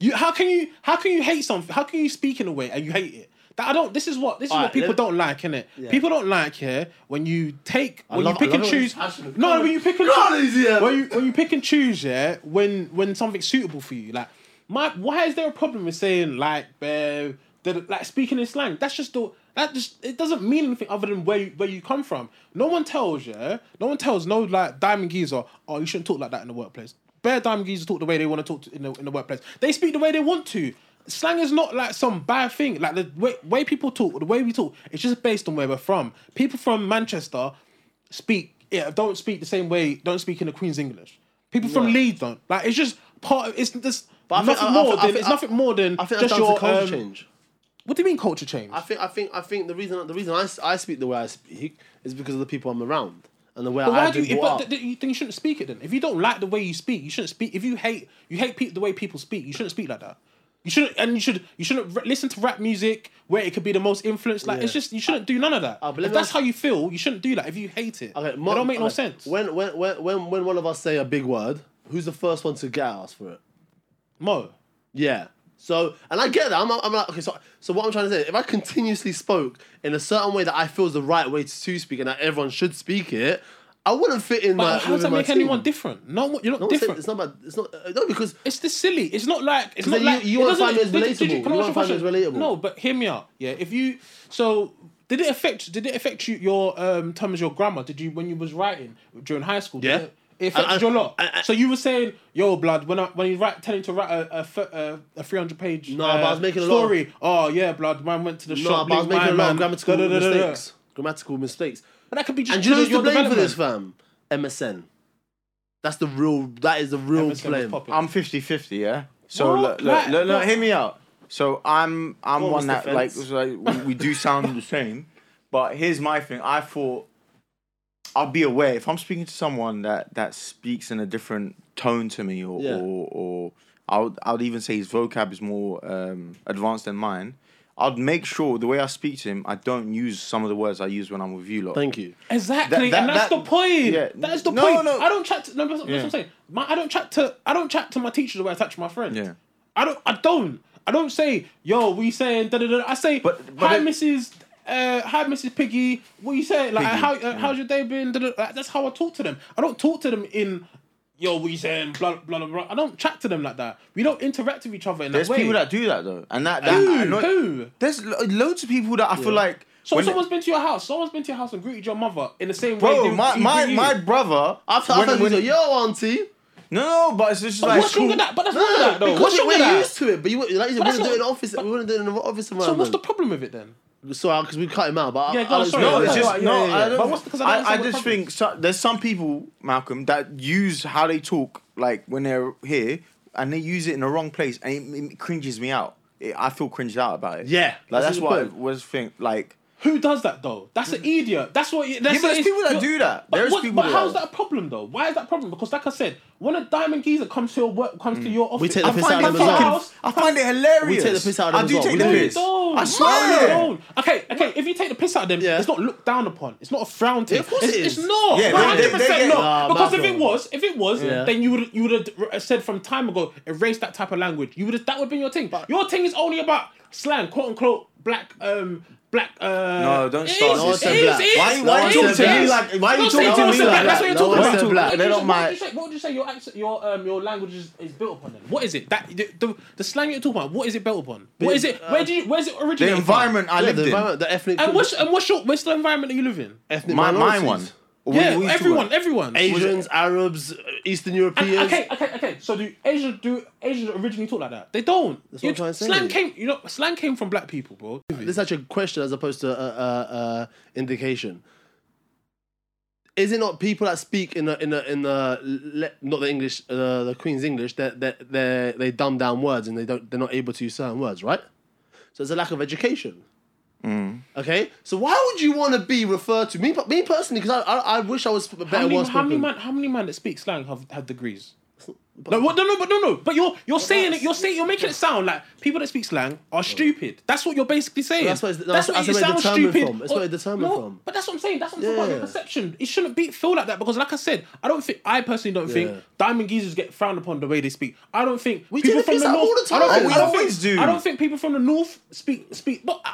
you, how can you, how can you hate something? How can you speak in a way and you hate it? That I don't. This is what this is what Alright, people let- don't like, innit? it? People don't like here when you take when love- you I pick love it and when choose. it's passionate. No, when you pick and choose. is here. when you when you pick and choose, yeah, when when something's suitable for you, like my why is there a problem with saying like uh, that like speaking in slang? That's just the that just it doesn't mean anything other than where you, where you come from. No one tells yeah, no one tells no like diamond geezer. Oh, you shouldn't talk like that in the workplace. Bare diamond geezers talk the way they want to talk to- in the in the workplace. They speak the way they want to. Slang is not like some bad thing. Like the way, way people talk, the way we talk, it's just based on where we're from. People from Manchester speak yeah, don't speak the same way, don't speak in the Queen's English. People from Leeds don't. Like it's just part of it's just I nothing think- uh, I- I more think- I than think- it's I- nothing more than I think that's just down your to culture um, change. What do you mean culture change? I think I think I think the reason the reason I, s- I speak the way I speak is because of the people I'm around and the way But why I've do been you, brought but up. th- th- you, then you shouldn't speak it then? If you don't like the way you speak, you shouldn't speak. If you hate you hate pe- the way people speak, you shouldn't speak like that. You shouldn't and you should you shouldn't r listen to rap music where it could be the most influence. Like it's Yeah. Ah, just you shouldn't do none of that. but let if me that's ask- how you feel, you shouldn't do that. If you hate it, Okay, it mo- don't make no okay, sense. When when when when when one of us say a big word, who's the first one to get at us for it? Mo, Yeah. So and I get that. I'm, I'm like okay. So so what I'm trying to say, is if I continuously spoke in a certain way that I feel is the right way to speak and that everyone should speak it, I wouldn't fit in. my, but how does within that my make team. anyone different? No, one- you're not No, it's- different. It's not about. It's not. uh, No, because It's just silly. It's not like it's not then you- like you it won't doesn't- find it as did- did relatable. can I You ask won't a find it question? as relatable. No, but hear me out. Yeah, if you so did it affect did it affect you your um terms your grammar? Did you when you was writing during high school? did Yeah. It, it affected I- I- your lot. I- I- so you were saying, "Yo, blood." When I when you write, telling to write a a, fir- uh, a three hundred page No, uh, but I was making a lot of- story. Oh yeah, blood. Man went to the no, shop. but I was linked making a my lot of man, grammatical da, da, da, da, da. mistakes. Grammatical mistakes. But that could be just And do you know because who's of to your blame for this, development. fam? MSN. That's the real. That is the real MSN was blame. popping. I'm 50-50, yeah. So What? look, look, Right, look, look, look. hear me out. So I'm I'm Go on, one Mr. that like, Fence. so, like we, we do sound the same, but here's my thing. I thought I'll be aware if I'm speaking to someone that that speaks in a different tone to me, or Yeah. or, or I would I would even say his vocab is more um, advanced than mine. I'd make sure the way I speak to him, I don't use some of the words I use when I'm with you lot. Thank you. Exactly, That- and that- that's that- the point. yeah. That is the No, point. no. I don't chat to. No, that's, that's what Yeah. I'm saying. My, I don't chat to. I don't chat to my teacher the way I chat to my friends. Yeah. I don't. I don't. I don't say, "Yo, we saying da da da." I say, But- but "Hi, it- Mrs. Uh, hi, Mrs. Piggy. What you saying? Like, Piggy, how uh, how's your day been? Da, da, da. That's how I talk to them. I don't talk to them in. Yo, we saying blah blah blah. blah. I don't chat to them like that. We don't interact with each other in There's that way. people that do that though, and that, that Who? I know- Who? There's lo- loads of people that I feel like. so when- someone's been to your house. Someone's been to your house and greeted your mother in the same way. Bro, they- my, you my, greet you. my brother. I've when- told you, when- yo, auntie. no, no, but it's just like. what's wrong with that? But that's wrong with that though. because What's you- wrong with we're that? used to it, but you like you said, we that's wouldn't do it in not- office. We wouldn't do it in an office So environment. what's the problem with it then? Sorry, because we cut him out. But Yeah, I, go on, I, sorry. No, it's Yeah, just yeah, no. yeah, I, yeah. don't, But what's the- 'cause I I, don't I, understand just what think so, there's some people, Malcolm, that use how they talk like when they're here, and they use it in the wrong place, and it, it cringes me out. It, I feel cringed out about it. Yeah, like that's that's the what I point. was think. Like Who does that though? That's an idiot. That's what. That's Yeah, but there's it's- people that you're- do that. But, There's what- people but that- how's that a problem though? Why is that a problem? Because like I said, when a diamond geezer comes to your work, comes Mm. to your office, take the I piss find out of it them as fucking- well. fucking, I find it hilarious. We take the piss out of them I do as well. take We the No, you piss. don't. I No, you swear. don't. Okay, okay. If you take the piss out of them, Yeah. it's not looked down upon. It's not a frown thing. Yeah, of course it's, it is. It's not. Yeah, Yeah, they- they- they 100 get- percent not. Nah, because if Malcolm. it was, if it was, Yeah. then you would you would have said from time ago, erase that type of language. You would have that would have been your thing. your thing is only about slang, quote unquote, black. um Black. Uh, No, don't it start. is, No one it said is, black. it is. Why- why No you one talking to said me black. like- why you No one said- talking to no one said black. That's what me like that? you're No talking one about. said black. What would you- They don't what would mind. you say- What would you say your accent, your um, your language is, is built upon? Then what is it that the, the, the slang you're talking about? What is it built upon? What is it? Where do you? Where's it originated? The from? environment I Yeah, lived the in, environment, the ethnic. And what's and what's your what's the environment that you live in? ethnic my mine minorities. one. We- yeah, we used to everyone, work. everyone. Asians, Arabs, uh, Eastern And- Europeans. okay, okay, okay. So do Asians do Asians originally talk like that? They don't. That's what I'm trying to say. Slang came, you know, slang came from black people, bro. This is actually a question as opposed to a, a, a indication. Is it not people that speak in the in the in the le- not the English uh, the Queen's English that that they they dumb down words and they don't they're not able to use certain words, right? So it's a lack of education. Okay, so why would you want to be referred to me? Me personally, because I, I I wish I was better. How many, well how many spoken. man? How many man that speak slang have, have degrees? No, what, no, no, but no, no. But you're you're saying it. You're saying you're making it sound like people that speak slang are stupid. That's what you're basically saying. That's what it's- that's- that's where it's determined from. That's where it's determined no, from. But that's what I'm saying. That's what I'm talking about. Yeah. Your perception. It shouldn't be feel like that because, like I said, I don't think I personally don't Yeah. think diamond geezers get frowned upon the way they speak. I don't think we take the piss out all the I don't time. think, Oh, I don't we always think- do. I don't think people from the north speak speak. But I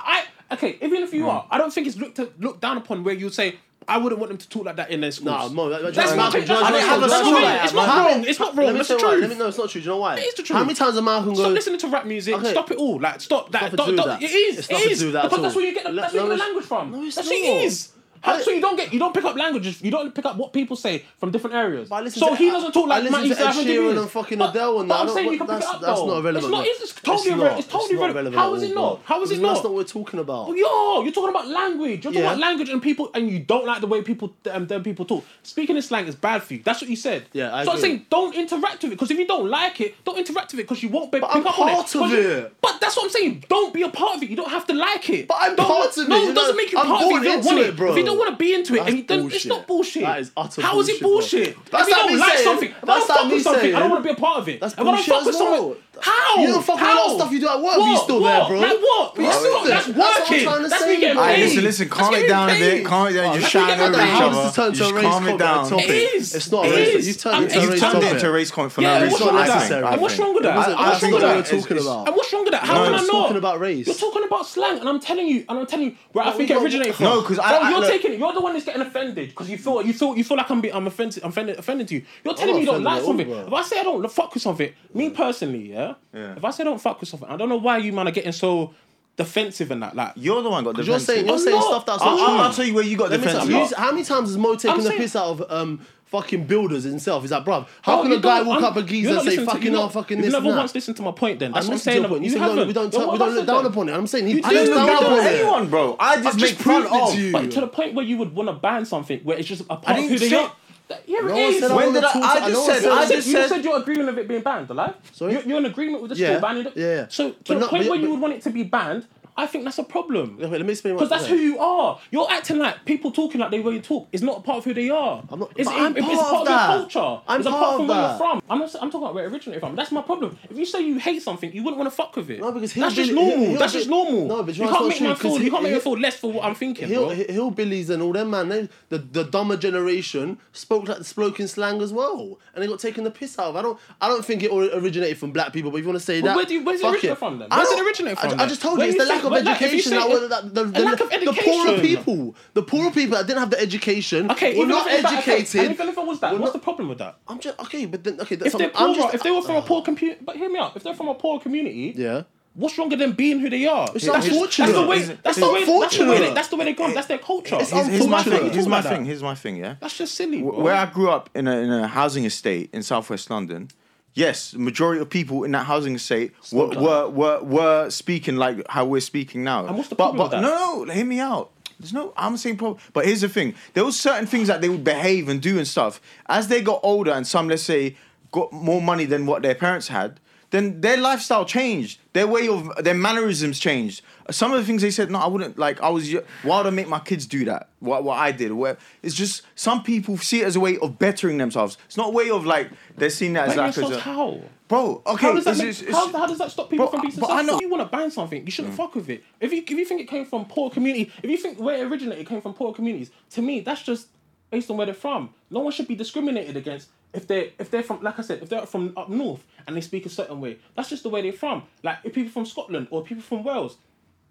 I- okay, even if you Hmm. are, I don't think it's looked to, looked down upon where you say. I wouldn't want them to talk like that in their schools. Nah, Mo, that- That's Malcolm, not true. do you know I don't what? have a That's school not like right, that. It's not man. wrong. It's not Let wrong. me It's tell the you why. truth. Let me, no, it's not true. Do you know why? It is the How truth. many times am I going? Stop listening to rap music. Okay. Stop it all. Like stop that. nothing Don't- to do don't- with that. It is. It's It nothing is. to do with that because at that's all. where you get the, No, that's where you no, get the it's- language from. no, it's that's what not. it is. I- That's what you don't get. You don't pick up languages. You don't pick up what people say from different areas. I listen So to- he doesn't talk I like listen Matty to Ed Savage Sheeran is. and fucking But- Adele and but that. I'm I saying don't- you can pick it that's- up. that's though. not irrelevant, It's not. bro. It's it's totally It's not. irrelevant. It's It's totally not irrelevant. relevant at How is all, it bro. not? How is it Because not? That's not what we're talking about. Oh, Yo, you're talking about language. You're talking Yeah. about language and people, and you don't like the way people um, them people talk. Speaking in slang is bad for you. That's what you said. Yeah, I so I'm agree. saying don't interact with it because if you don't like it, don't interact with it because you won't be. But I'm up on part of But you- it. But that's what I'm saying. Don't be a part of it. You don't have to like it. But I'm Don't- part of it, No, you it doesn't know. make you I'm part of it. born If you don't into want it, bro. If you don't want to be into it, That's and you don't, it's not bullshit. That is utter How is it bullshit, bro. bullshit? That's if you like don't me like saying- something, if I that's don't fuck like me with something, I saying- don't want to be a part of it. That's if I don't bullshit fuck with as well. someone, how? You don't fuck with a lot of How? stuff you do at work, but What? you're still what? there, bro. Like what? But you're That's- still there. That's That's what I'm working. trying to That's say, me getting bro. All right, paid. listen, listen, That's calm me it down a getting bit. paid. Calm it down. You're That's me shouting getting over paid. each How does other. this turn to a You just race calm comment? it down. Topic. It is. It's not It racist. is. You've turned I'm- it into a It's You've race turned it topic. into a race comment for Yeah, no and what's reason. wrong with I that? think. necessary. I And what's think. wrong with that? That's- And that's what's wrong with what that? we're talking It's- about. And what's wrong with that? How No, can I it's not? talking about race. You're talking about slang, and I'm telling you, and I'm telling you where I But think we it don't- originated from. No, 'cause I- Bro, I- you're look- taking it. You're the one that's getting offended because you feel you feel you feel like I'm being I'm offended I'm offended offended you. You're telling not me you don't offended like at all, something. bro. If I say I don't fuck with something, me personally, yeah. Yeah. If I say I don't fuck with something, I don't know why you man are getting so defensive and that. Like You're the one got You're defensive. saying you're I'm saying not. stuff that's I'll, I'll, not I'll true. tell you where you got Let me tell defensive. you, how many times has Mo taken I'm the saying- piss out of um, fucking builders himself? Is that bruv? How Oh, can you a guy don't- walk I'm- up a geezer you're and not say listening to- fucking you're no, not- fucking you've this and never that? once listened to my point. Then I that's what I'm listened to saying. your point. You you said no, haven't. we don't Well, turn- what we have I don't look said down then? upon it. I'm saying he You I do didn't look down look down upon upon it. it. anyone, bro. I just I've make just fun proved it of. to you. But to the point where you would want to ban something where it's just a part I of didn't who they say- are. That- Yeah, No it one is. said I When wanna did I- talk I to- just no one said- You I said- just you said- said you're agreeing with it being banned, alive? Sorry? You're, you're in agreement with the Yeah, school banning it? yeah, yeah. So to But the no, point but- where you but- would want it to be banned, I think that's a problem. Wait, let me explain what Because that's who I'm saying. you are. You're acting like people talking like they way you talk is not a part of who they are. I'm not- It's, but I'm it's part of part of that. your culture. I'm it's a part part of from where that. you're from. I'm not. I'm talking about where it originated from. That's my problem. If you say you hate something, you wouldn't want to fuck with it. No, because that's just hillbilly- normal. hill- that's just normal. No, but you you, know can't make that's not man true, 'cause feel. You can't make hill- me feel less for what I'm thinking, Hill, bro. hill- hillbillies and all them man, they, the the dumber generation spoke like spoke in slang as well, and they got taken the piss out of. I don't I don't think it ori- originated from black people, but if you want to say But that, where do you, where's it fuck originate it. from then? I Where's it don't- originate I- from? I, then? just told you, When it's the say- lack of when- like, if you education. say that it- were- that- the, a the- lack of the poorer education. people, the poorer people that didn't have the education, Okay, were even not if it was that- okay, educated. and even if it was that, We're what's not- the problem with that? I'm just okay, but then okay. That's If they're something- I'm poor, just, Ah. if they were from a poor community, but hear me out. If they're from a poor community, yeah. What's wrong with them being who they are? It's that's, unfortunate. That's the way. It's- That's it's the way. That's the way. unfortunate. They, that's the way they grow. up, That's their culture. It's Here's, here's my Unfortunately, thing. Here's talk my like that. thing. Here's my thing. Yeah. That's just silly. Bro. Where I grew up in a, in a housing estate in Southwest London, yes, the majority of people in that housing estate were, were, were were speaking like how we're speaking now. And what's the but, problem but with that? no, no, hear me out. There's no, I'm saying problem. But here's the thing: there was certain things that they would behave and do and stuff. As they got older, and some, let's say, got more money than what their parents had, then their lifestyle changed. Their way of their mannerisms changed. Some of the things they said, no, I wouldn't like. I was y- why would I make my kids do that? What what I did? Where it's just some people see it as a way of bettering themselves. It's not a way of like they're seeing that as Ban like as yourselves a- how? bro. Okay, How does, that it's- make, it's- it's- how, how does that stop people Bro, from being but I successful? know- If you want to ban something, you Mm. shouldn't fuck with it. If you if you think it came from poor community, if you think where it originated came from poor communities, to me that's just based on where they're from. No one should be discriminated against if they if they're from like I said if they're from up north and they speak a certain way. That's just the way they're from. Like if people from Scotland or people from Wales,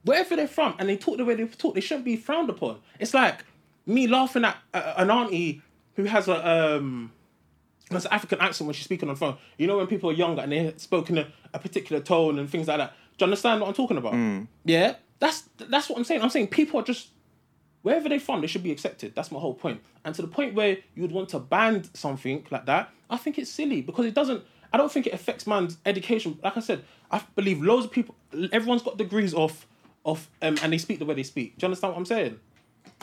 wherever they're from and they talk the way they talk, they shouldn't be frowned upon. It's like me laughing at uh, an auntie who has a um that's an African accent when she's speaking on the phone. You know when people are younger and they spoke in a, a particular tone and things like that. Do you understand what I'm talking about? Yeah, that's that's what I'm saying. I'm saying people are just wherever they're from, they should be accepted. That's my whole point. And to the point where you would want to ban something like that, I think it's silly because it doesn't. I don't think it affects man's education. Like I said, I believe loads of people. Everyone's got degrees off, off, um, and they speak the way they speak. Do you understand what I'm saying?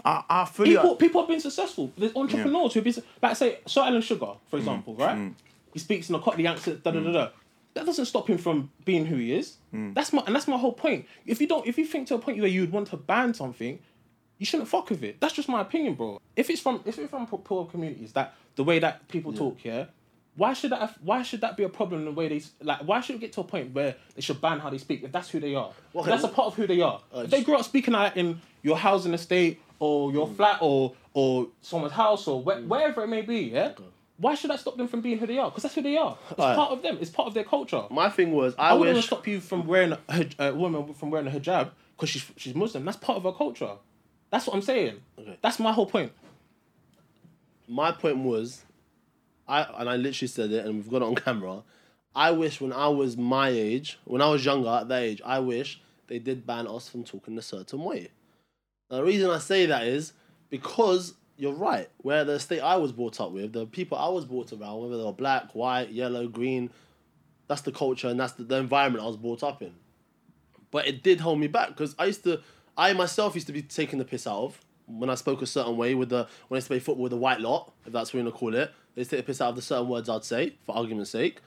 I, I fully people people have been successful. There's entrepreneurs who've been su- like say Sir Alan Sugar, for example, right? He speaks in a Cockney accent, da da da da. That doesn't stop him from being who he is. That's my and that's my whole point. If you don't, if you think to a point where you'd want to ban something, you shouldn't fuck with it. That's just my opinion, bro. If it's from if it's from po- poor communities, that the way that people talk, yeah. Why should that? have- Why should that be a problem? in The way they s- like. Why should it get to a point where they should ban how they speak if that's who they are? If that's a part of who Oh, they are. if they grew up speaking like in your housing estate or your Hmm. flat or or someone's house or where, wherever it may be, yeah. Why should that stop them from being who they are? Because that's who they are. It's Alright. part of them. It's part of their culture. My thing was, I, I wouldn't wish. stop you from wearing a, hij- a woman from wearing a hijab because she's she's Muslim. That's part of her culture. That's what I'm saying. That's my whole point. My point was, I and I literally said it, and we've got it on camera. I wish when I was my age, when I was younger at that age, I wish they did ban us from talking a certain way. Now, the reason I say that is because you're right. Where the state I was brought up with, the people I was brought around, whether they were black, white, yellow, green, that's the culture and that's the, the environment I was brought up in. But it did hold me back because I used to, I myself used to be taking the piss out of when I spoke a certain way with the when I used to play football with the white lot, if that's what you want to call it. They used to take the piss out of the certain words I'd say for argument's sake.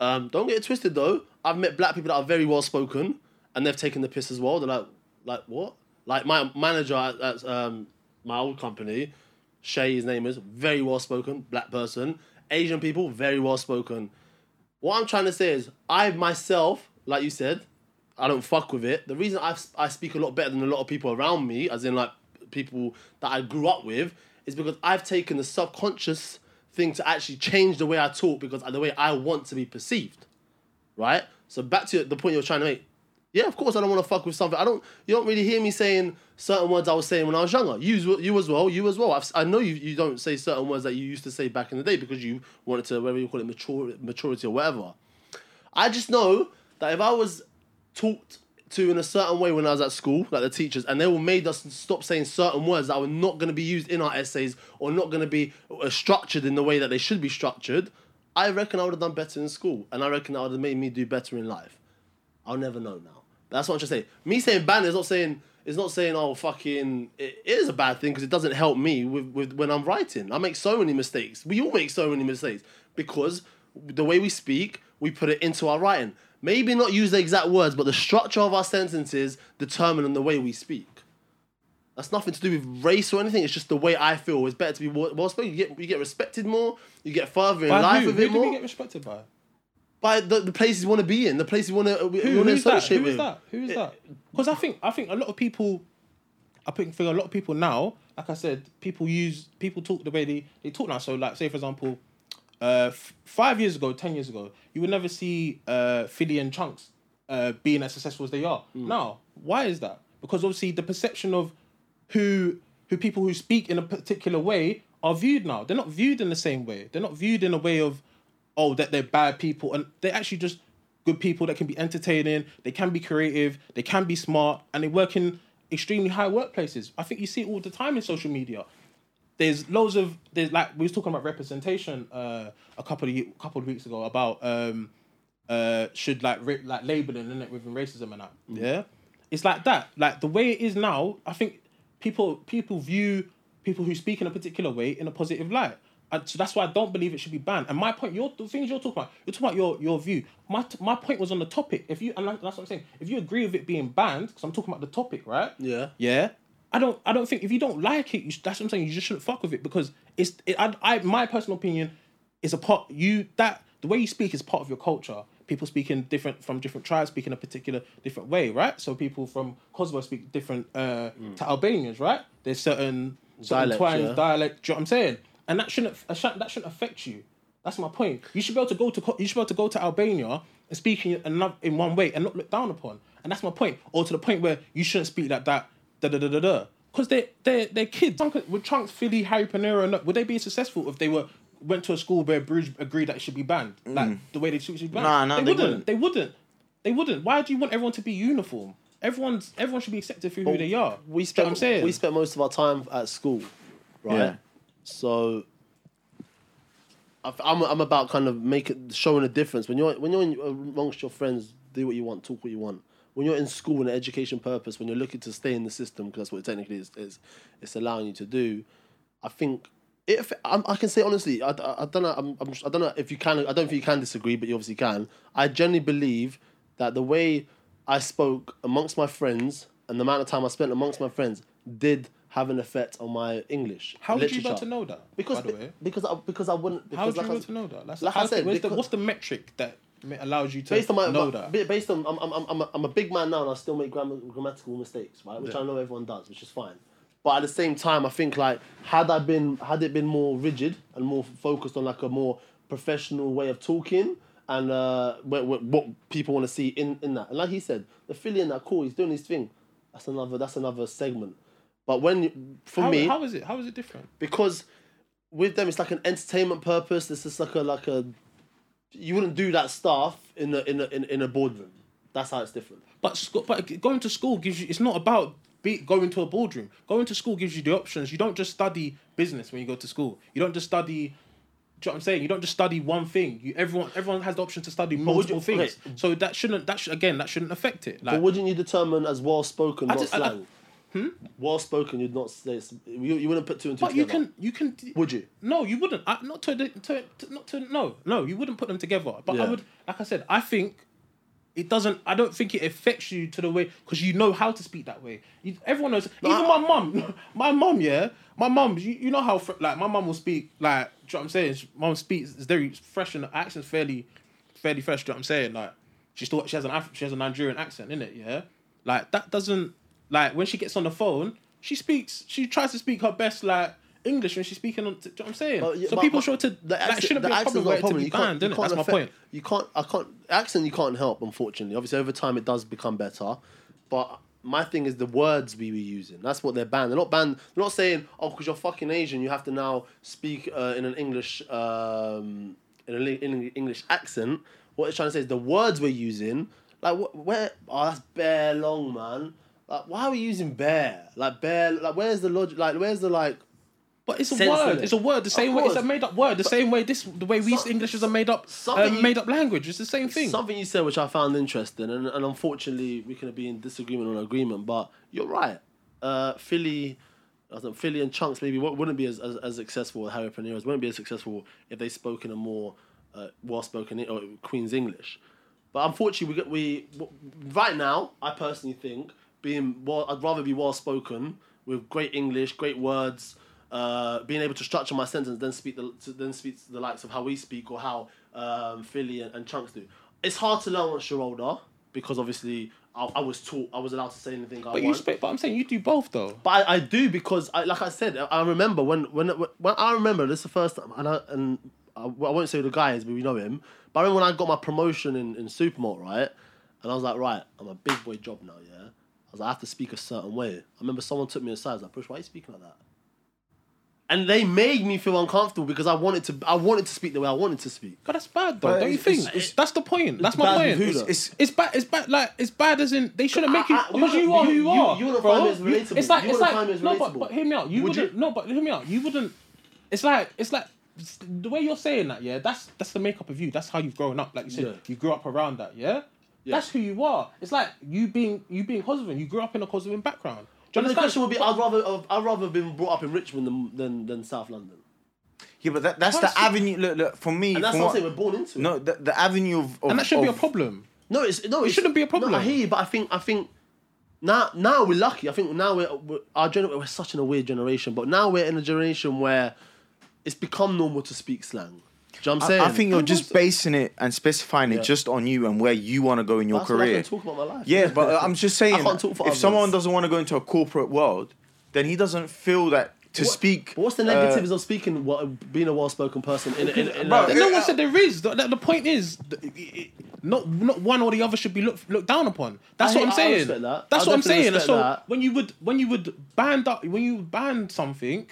Um, don't get it twisted though. I've met black people that are very well spoken and they've taken the piss as well. They're like, like what? Like my manager at, at um, my old company, Shay, his name is very well spoken, black person. Asian people, very well spoken. What I'm trying to say is, I myself, like you said, I don't fuck with it. The reason I I speak a lot better than a lot of people around me, as in like people that I grew up with, is because I've taken the subconscious thing to actually change the way I talk because of the way I want to be perceived, right? So back to the point you were trying to make. Yeah, of course I don't want to fuck with something. I don't. You don't really hear me saying certain words I was saying when I was younger. You, as- you as well. You as well. I've, si know you. You don't say certain words that you used to say back in the day because you wanted to, whatever you call it, mature, maturity or whatever. I just know that if I was talked to in a certain way when I was at school, like the teachers, and they all made us stop saying certain words that were not going to be used in our essays or not going to be uh, structured in the way that they should be structured, I reckon I would have done better in school, and I reckon that would have made me do better in life. I'll never know now. That's what I'm trying to say. Me saying ban is not saying it's not saying oh fucking it is a bad thing because it doesn't help me with, with when I'm writing. I make so many mistakes. We all make so many mistakes because the way we speak, we put it into our writing. Maybe not use the exact words, but the structure of our sentences determine on the way we speak. That's nothing to do with race or anything. It's just the way I feel. It's better to be well spoken. You get, you get respected more. You get further in life who, with it who do more. we get respected by? by the, the places you want to be in, the places you want to, you Who, want to who's that? associate Who with. is that? Eh, Who is that? Because I think I think a lot of people, I think for a lot of people now, like I said, people use people talk the way they they talk now. So like say for example, uh, f- five years ago, ten years ago, you would never see uh Philly and Chunks uh being as successful as they are now. Why is that? Because obviously the perception of who who people who speak in a particular way are viewed now. They're not viewed in the same way. They're not viewed in a way of oh that they're bad people and they're actually just good people that can be entertaining, they can be creative, they can be smart and they work in extremely high workplaces. I think you see it all the time in social media. there's loads of there's like we was talking about representation uh, a couple of ye- couple of weeks ago about um, uh, should like ra- like labeling and it within racism and that. Yeah, it's like that. Like the way it is now, I think people people view people who speak in a particular way in a positive light. And so that's why I don't believe it should be banned. And my point, your the things you're talking about, you're talking about your, your view. My t- my point was on the topic. If you and that- that's what I'm saying. If you agree with it being banned, because I'm talking about the topic, right? Yeah. Yeah. I don't I don't think if you don't like it, you, sh- that's what I'm saying. You just shouldn't fuck with it because it's it, I, I my personal opinion is a part you that the way you speak is part of your culture. People speaking different from different tribes speak in a particular different way, right? So people from Kosovo speak different uh, to Albanians, right? There's certain certain Mm. Dialects, twines, yeah. dialect. Do you know what I'm saying? And that shouldn't that shouldn't- that shouldn't affect you. That's my point. You should be able to go to co- you should be able to go to Albania and speak in another in one way and not looked down upon. And that's my point. Or to the point where you shouldn't speak like that. Da da da da da. Because they they they're kids. Chunk- Would Trunks, Philly, Harry Panera, and that- would they be successful if they were went to a school where Bruges agreed that it should be banned, like the way they should be banned? Mm. Nah, nah, they wouldn't. They wouldn't. They wouldn't. Why do you want everyone to be uniform? Everyone's everyone should be accepted Oh, for who they are. Do you know We spent what I'm saying we spent most of our time at school, right? Yeah. So I f- I'm I'm about kind of making showing a difference when you're when you're in, amongst your friends, do what you want, talk what you want. When you're in school in an education purpose, when you're looking to stay in the system, because that's what it technically is, is, it's allowing you to do. I think if I'm, I can say honestly, I, I, I don't know. I'm, I'm, I don't know if you can. I don't think you can disagree, but you obviously can. I generally believe that the way I spoke amongst my friends and the amount of time I spent amongst my friends did have an effect on my English. How would you be literature. able to know that? Because by the way, because I, because I wouldn't. Because how would you like be I able s- to know that? That's, like how, I said, where's the- because- what's the metric that ma- allows you to based on my, know my- that? ba- based on I'm, I'm, I'm, I'm- I'm a big man now and I still make grammar, grammatical mistakes, right? Which I know everyone does, which is fine. But at the same time, I think like had I been had it been more rigid and more focused on like a more professional way of talking and uh, what, what, what people want to see in, in that. And like he said, the Philly in that cool, he's doing his thing. That's another that's another segment. But when you- for how, me, how is it? How is it different? because with them it's like an entertainment purpose. It's just like a like a you wouldn't do that stuff in a in a in, in a boardroom. That's how it's different. But sc- but going to school gives you. It's not about be, going to a boardroom. Going to school gives you the options. You don't just study business when you go to school. You don't just study. Do you know what I'm saying? You don't just study one thing. You everyone everyone has the option to study would you- multiple things. So that shouldn't that should, again that shouldn't affect it. Like, But wouldn't you determine as well spoken, not just- I- I- slang? Well spoken, you'd not say it's- you, you wouldn't put two and two but you together. can you can Would you? No, you wouldn't. I, not to, the- to, to not to no no you wouldn't put them together. But I Yeah. would like I said I think it doesn't. I don't think it affects you to the way because you know how to speak that way. You, everyone knows. even my mum, [laughs] my mum, yeah, my mum. You, you know how fr- like my mum will speak like. Do you know what I'm saying? She- Mum speaks is very fresh and the accent's fairly, fairly fresh. Do you know what I'm saying? Like she still she has an Af- she has a Nigerian accent in it. Yeah, like that doesn't like when she gets on the phone she speaks she tries to speak her best like. English when she's speaking on, do you know what I'm saying? But, yeah, so but- people but show to the that accent- shouldn't the be a accent's problem not where it to be You can't- banned, you innit? can't That's my affect- point. You can't. I can't. Accent you can't help, unfortunately. Obviously, over time it does become better, but my thing is the words we were using. That's what they're banned. They're not banned. They're not saying, oh, because you're fucking Asian, you have to now speak uh, in an English um, in an Eng- English accent. What it's trying to say is the words we're using. Like wh- where? Oh, that's bear long, man. Like why are we using bear? Like bear. Like where's the logic? Like where's the like? But it's a sense in word. it. It's a word. The same way. It's a course. made up word. The same way. This the way we Some- English is a made up uh, something you- made up language. It's the same thing. Something you said which I found interesting, and, and unfortunately we can be in disagreement on agreement, but you're right. Uh, Philly, I think Philly and Chunks maybe wou- wouldn't be as, as, as successful as Harry Paneros, wouldn't be as successful if they spoke in a more uh, well spoken or Queen's English. But unfortunately, we get we w- right now. I personally think being well, I'd rather be well spoken with great English, great words, uh, being able to structure my sentence, then speak the to, then speak to the likes of how we speak or how um, Philly and, and Chunks do. It's hard to learn once you're older because obviously I, I was taught I was allowed to say anything I but want. you speak, But I'm saying you do both though. But I, I do because I like I said I- I remember when when when I remember this is the first time and I and I, well, I won't say who the guy is but we know him. But I remember when I got my promotion in in Supermalt right, and I was like right I'm a big boy job now yeah. I was like I have to speak a certain way. I remember someone took me aside. I was like Push why are you speaking like that? and they made me feel uncomfortable because I wanted to. I wanted to speak the way I wanted to speak. But that's bad though, But don't you it's- think? it's- it's- that's the point. That's my bad with point. who, It's, though? it's, it's bad. It's bad. Like it's bad as in they shouldn't make you I- I- because you you wanna- are who you- you, you- are. you wanna bro. find it as relatable. It's like You it's like wanna find it as no, but, relatable. but hear me out. You Would would not you? no, but hear me out. You wouldn't. It's like it's like it's- the way you're saying that. Yeah, that's that's the makeup of you. That's how you've grown up. Like you said, Yeah. you grew up around that. Yeah? that's who you are. It's like you being you being Kosovan. You grew up in a Kosovan background. Do you But the question understand? would be: I'd rather I've- I'd rather been brought up in Richmond than than, than South London. Yeah, but that, that's the Honestly- avenue. Look, look, for me, And that's what from I'm what- saying. We're born into it. no, the, the avenue of, of and that should be a of- problem. No, it's no. It shouldn't be a problem. No, I hear you, but I think I think now now we're lucky. I think now we're, we're our gener- we're such in a weird generation, but now we're in a generation where it's become normal to speak slang. Do you know what I'm saying? I, I think you're just basing it and specifying it just on you and where you want to go in your That's what I career. can talk about my life. Yeah, but uh, I'm just [laughs] I saying, can't talk for if others. someone doesn't want to go into a corporate world, then he doesn't feel that to What- speak. But what's the uh, negatives of speaking? What being a well-spoken person in, in, in, Bro, a- No one said there is. The, the- the point is, th- it- it- not not one or the other should be looked looked down upon. That's I- what I'm I saying. respect that. That's I what I'm definitely saying. respect So that. when you would when you would ban that when you ban something,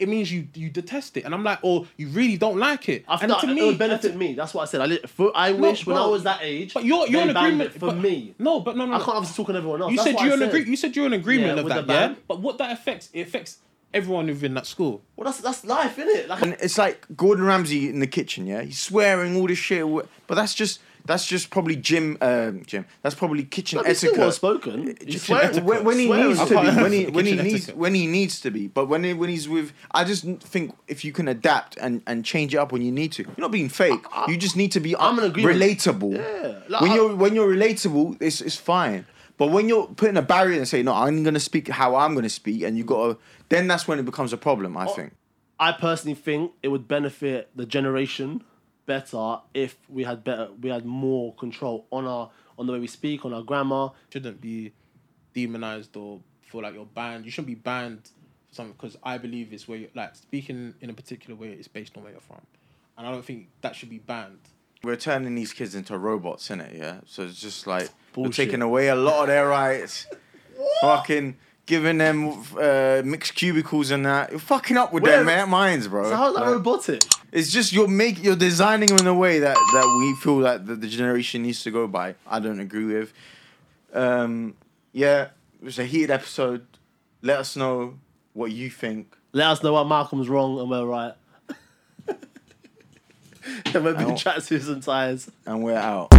it means you you detest it, and I'm like, oh, you really don't like it. I and felt to it me, would benefit me. That's what I said. I, li- for, I No, wish when bro. I was that age. But you're you're they in banned agreement it for but- me. No, but no, no, I no. can't have to talk on everyone else. You That's said what you're I in said. agree. You said you're in agreement Yeah, of with that, the yeah. ban. But what that affects, it affects everyone within that school. Well, that's that's life, isn't it? Like, And it's like Gordon Ramsay in the kitchen. Yeah, he's swearing all this shit, wh- but that's just that's just probably Jim. Um, Jim, that's probably kitchen but he's still etiquette. well-spoken. He's swearing. when, when he Swearing. needs to be, when he when he Kitchen needs etiquette. when he needs to be, but when he, when he's with, I just think if you can adapt and, and change it up when you need to, you're not being fake. you just need to be I'm in agreement. relatable. Yeah, like, when I- you're when you're relatable, it's it's fine. But when you're putting a barrier and say no, I'm gonna speak how I'm gonna speak, and you gotta, then that's when it becomes a problem. Oh, I think. I personally think it would benefit the generation better if we had better we had more control on our on the way we speak, on our grammar. shouldn't be demonized or feel like you're banned. You shouldn't be banned for something because I believe it's where you're like speaking in a particular way is based on where you're from, and I don't think that should be banned. We're turning these kids into robots, innit? Yeah. So it's just like we're Bullshit. taking away a lot of [laughs] their rights. fucking giving them uh, mixed cubicles and that. You're fucking up with Where- their ma- minds, bro. So how's that Like, robotic? It's just you're make you're designing them in a way that that we feel that the, the generation needs to go by. I don't agree with. Um, yeah, it was a heated episode. Let us know what you think. Let us know why Malcolm's wrong and we're [laughs] right. and we're I being don't- tracksuits and ties. and we're out.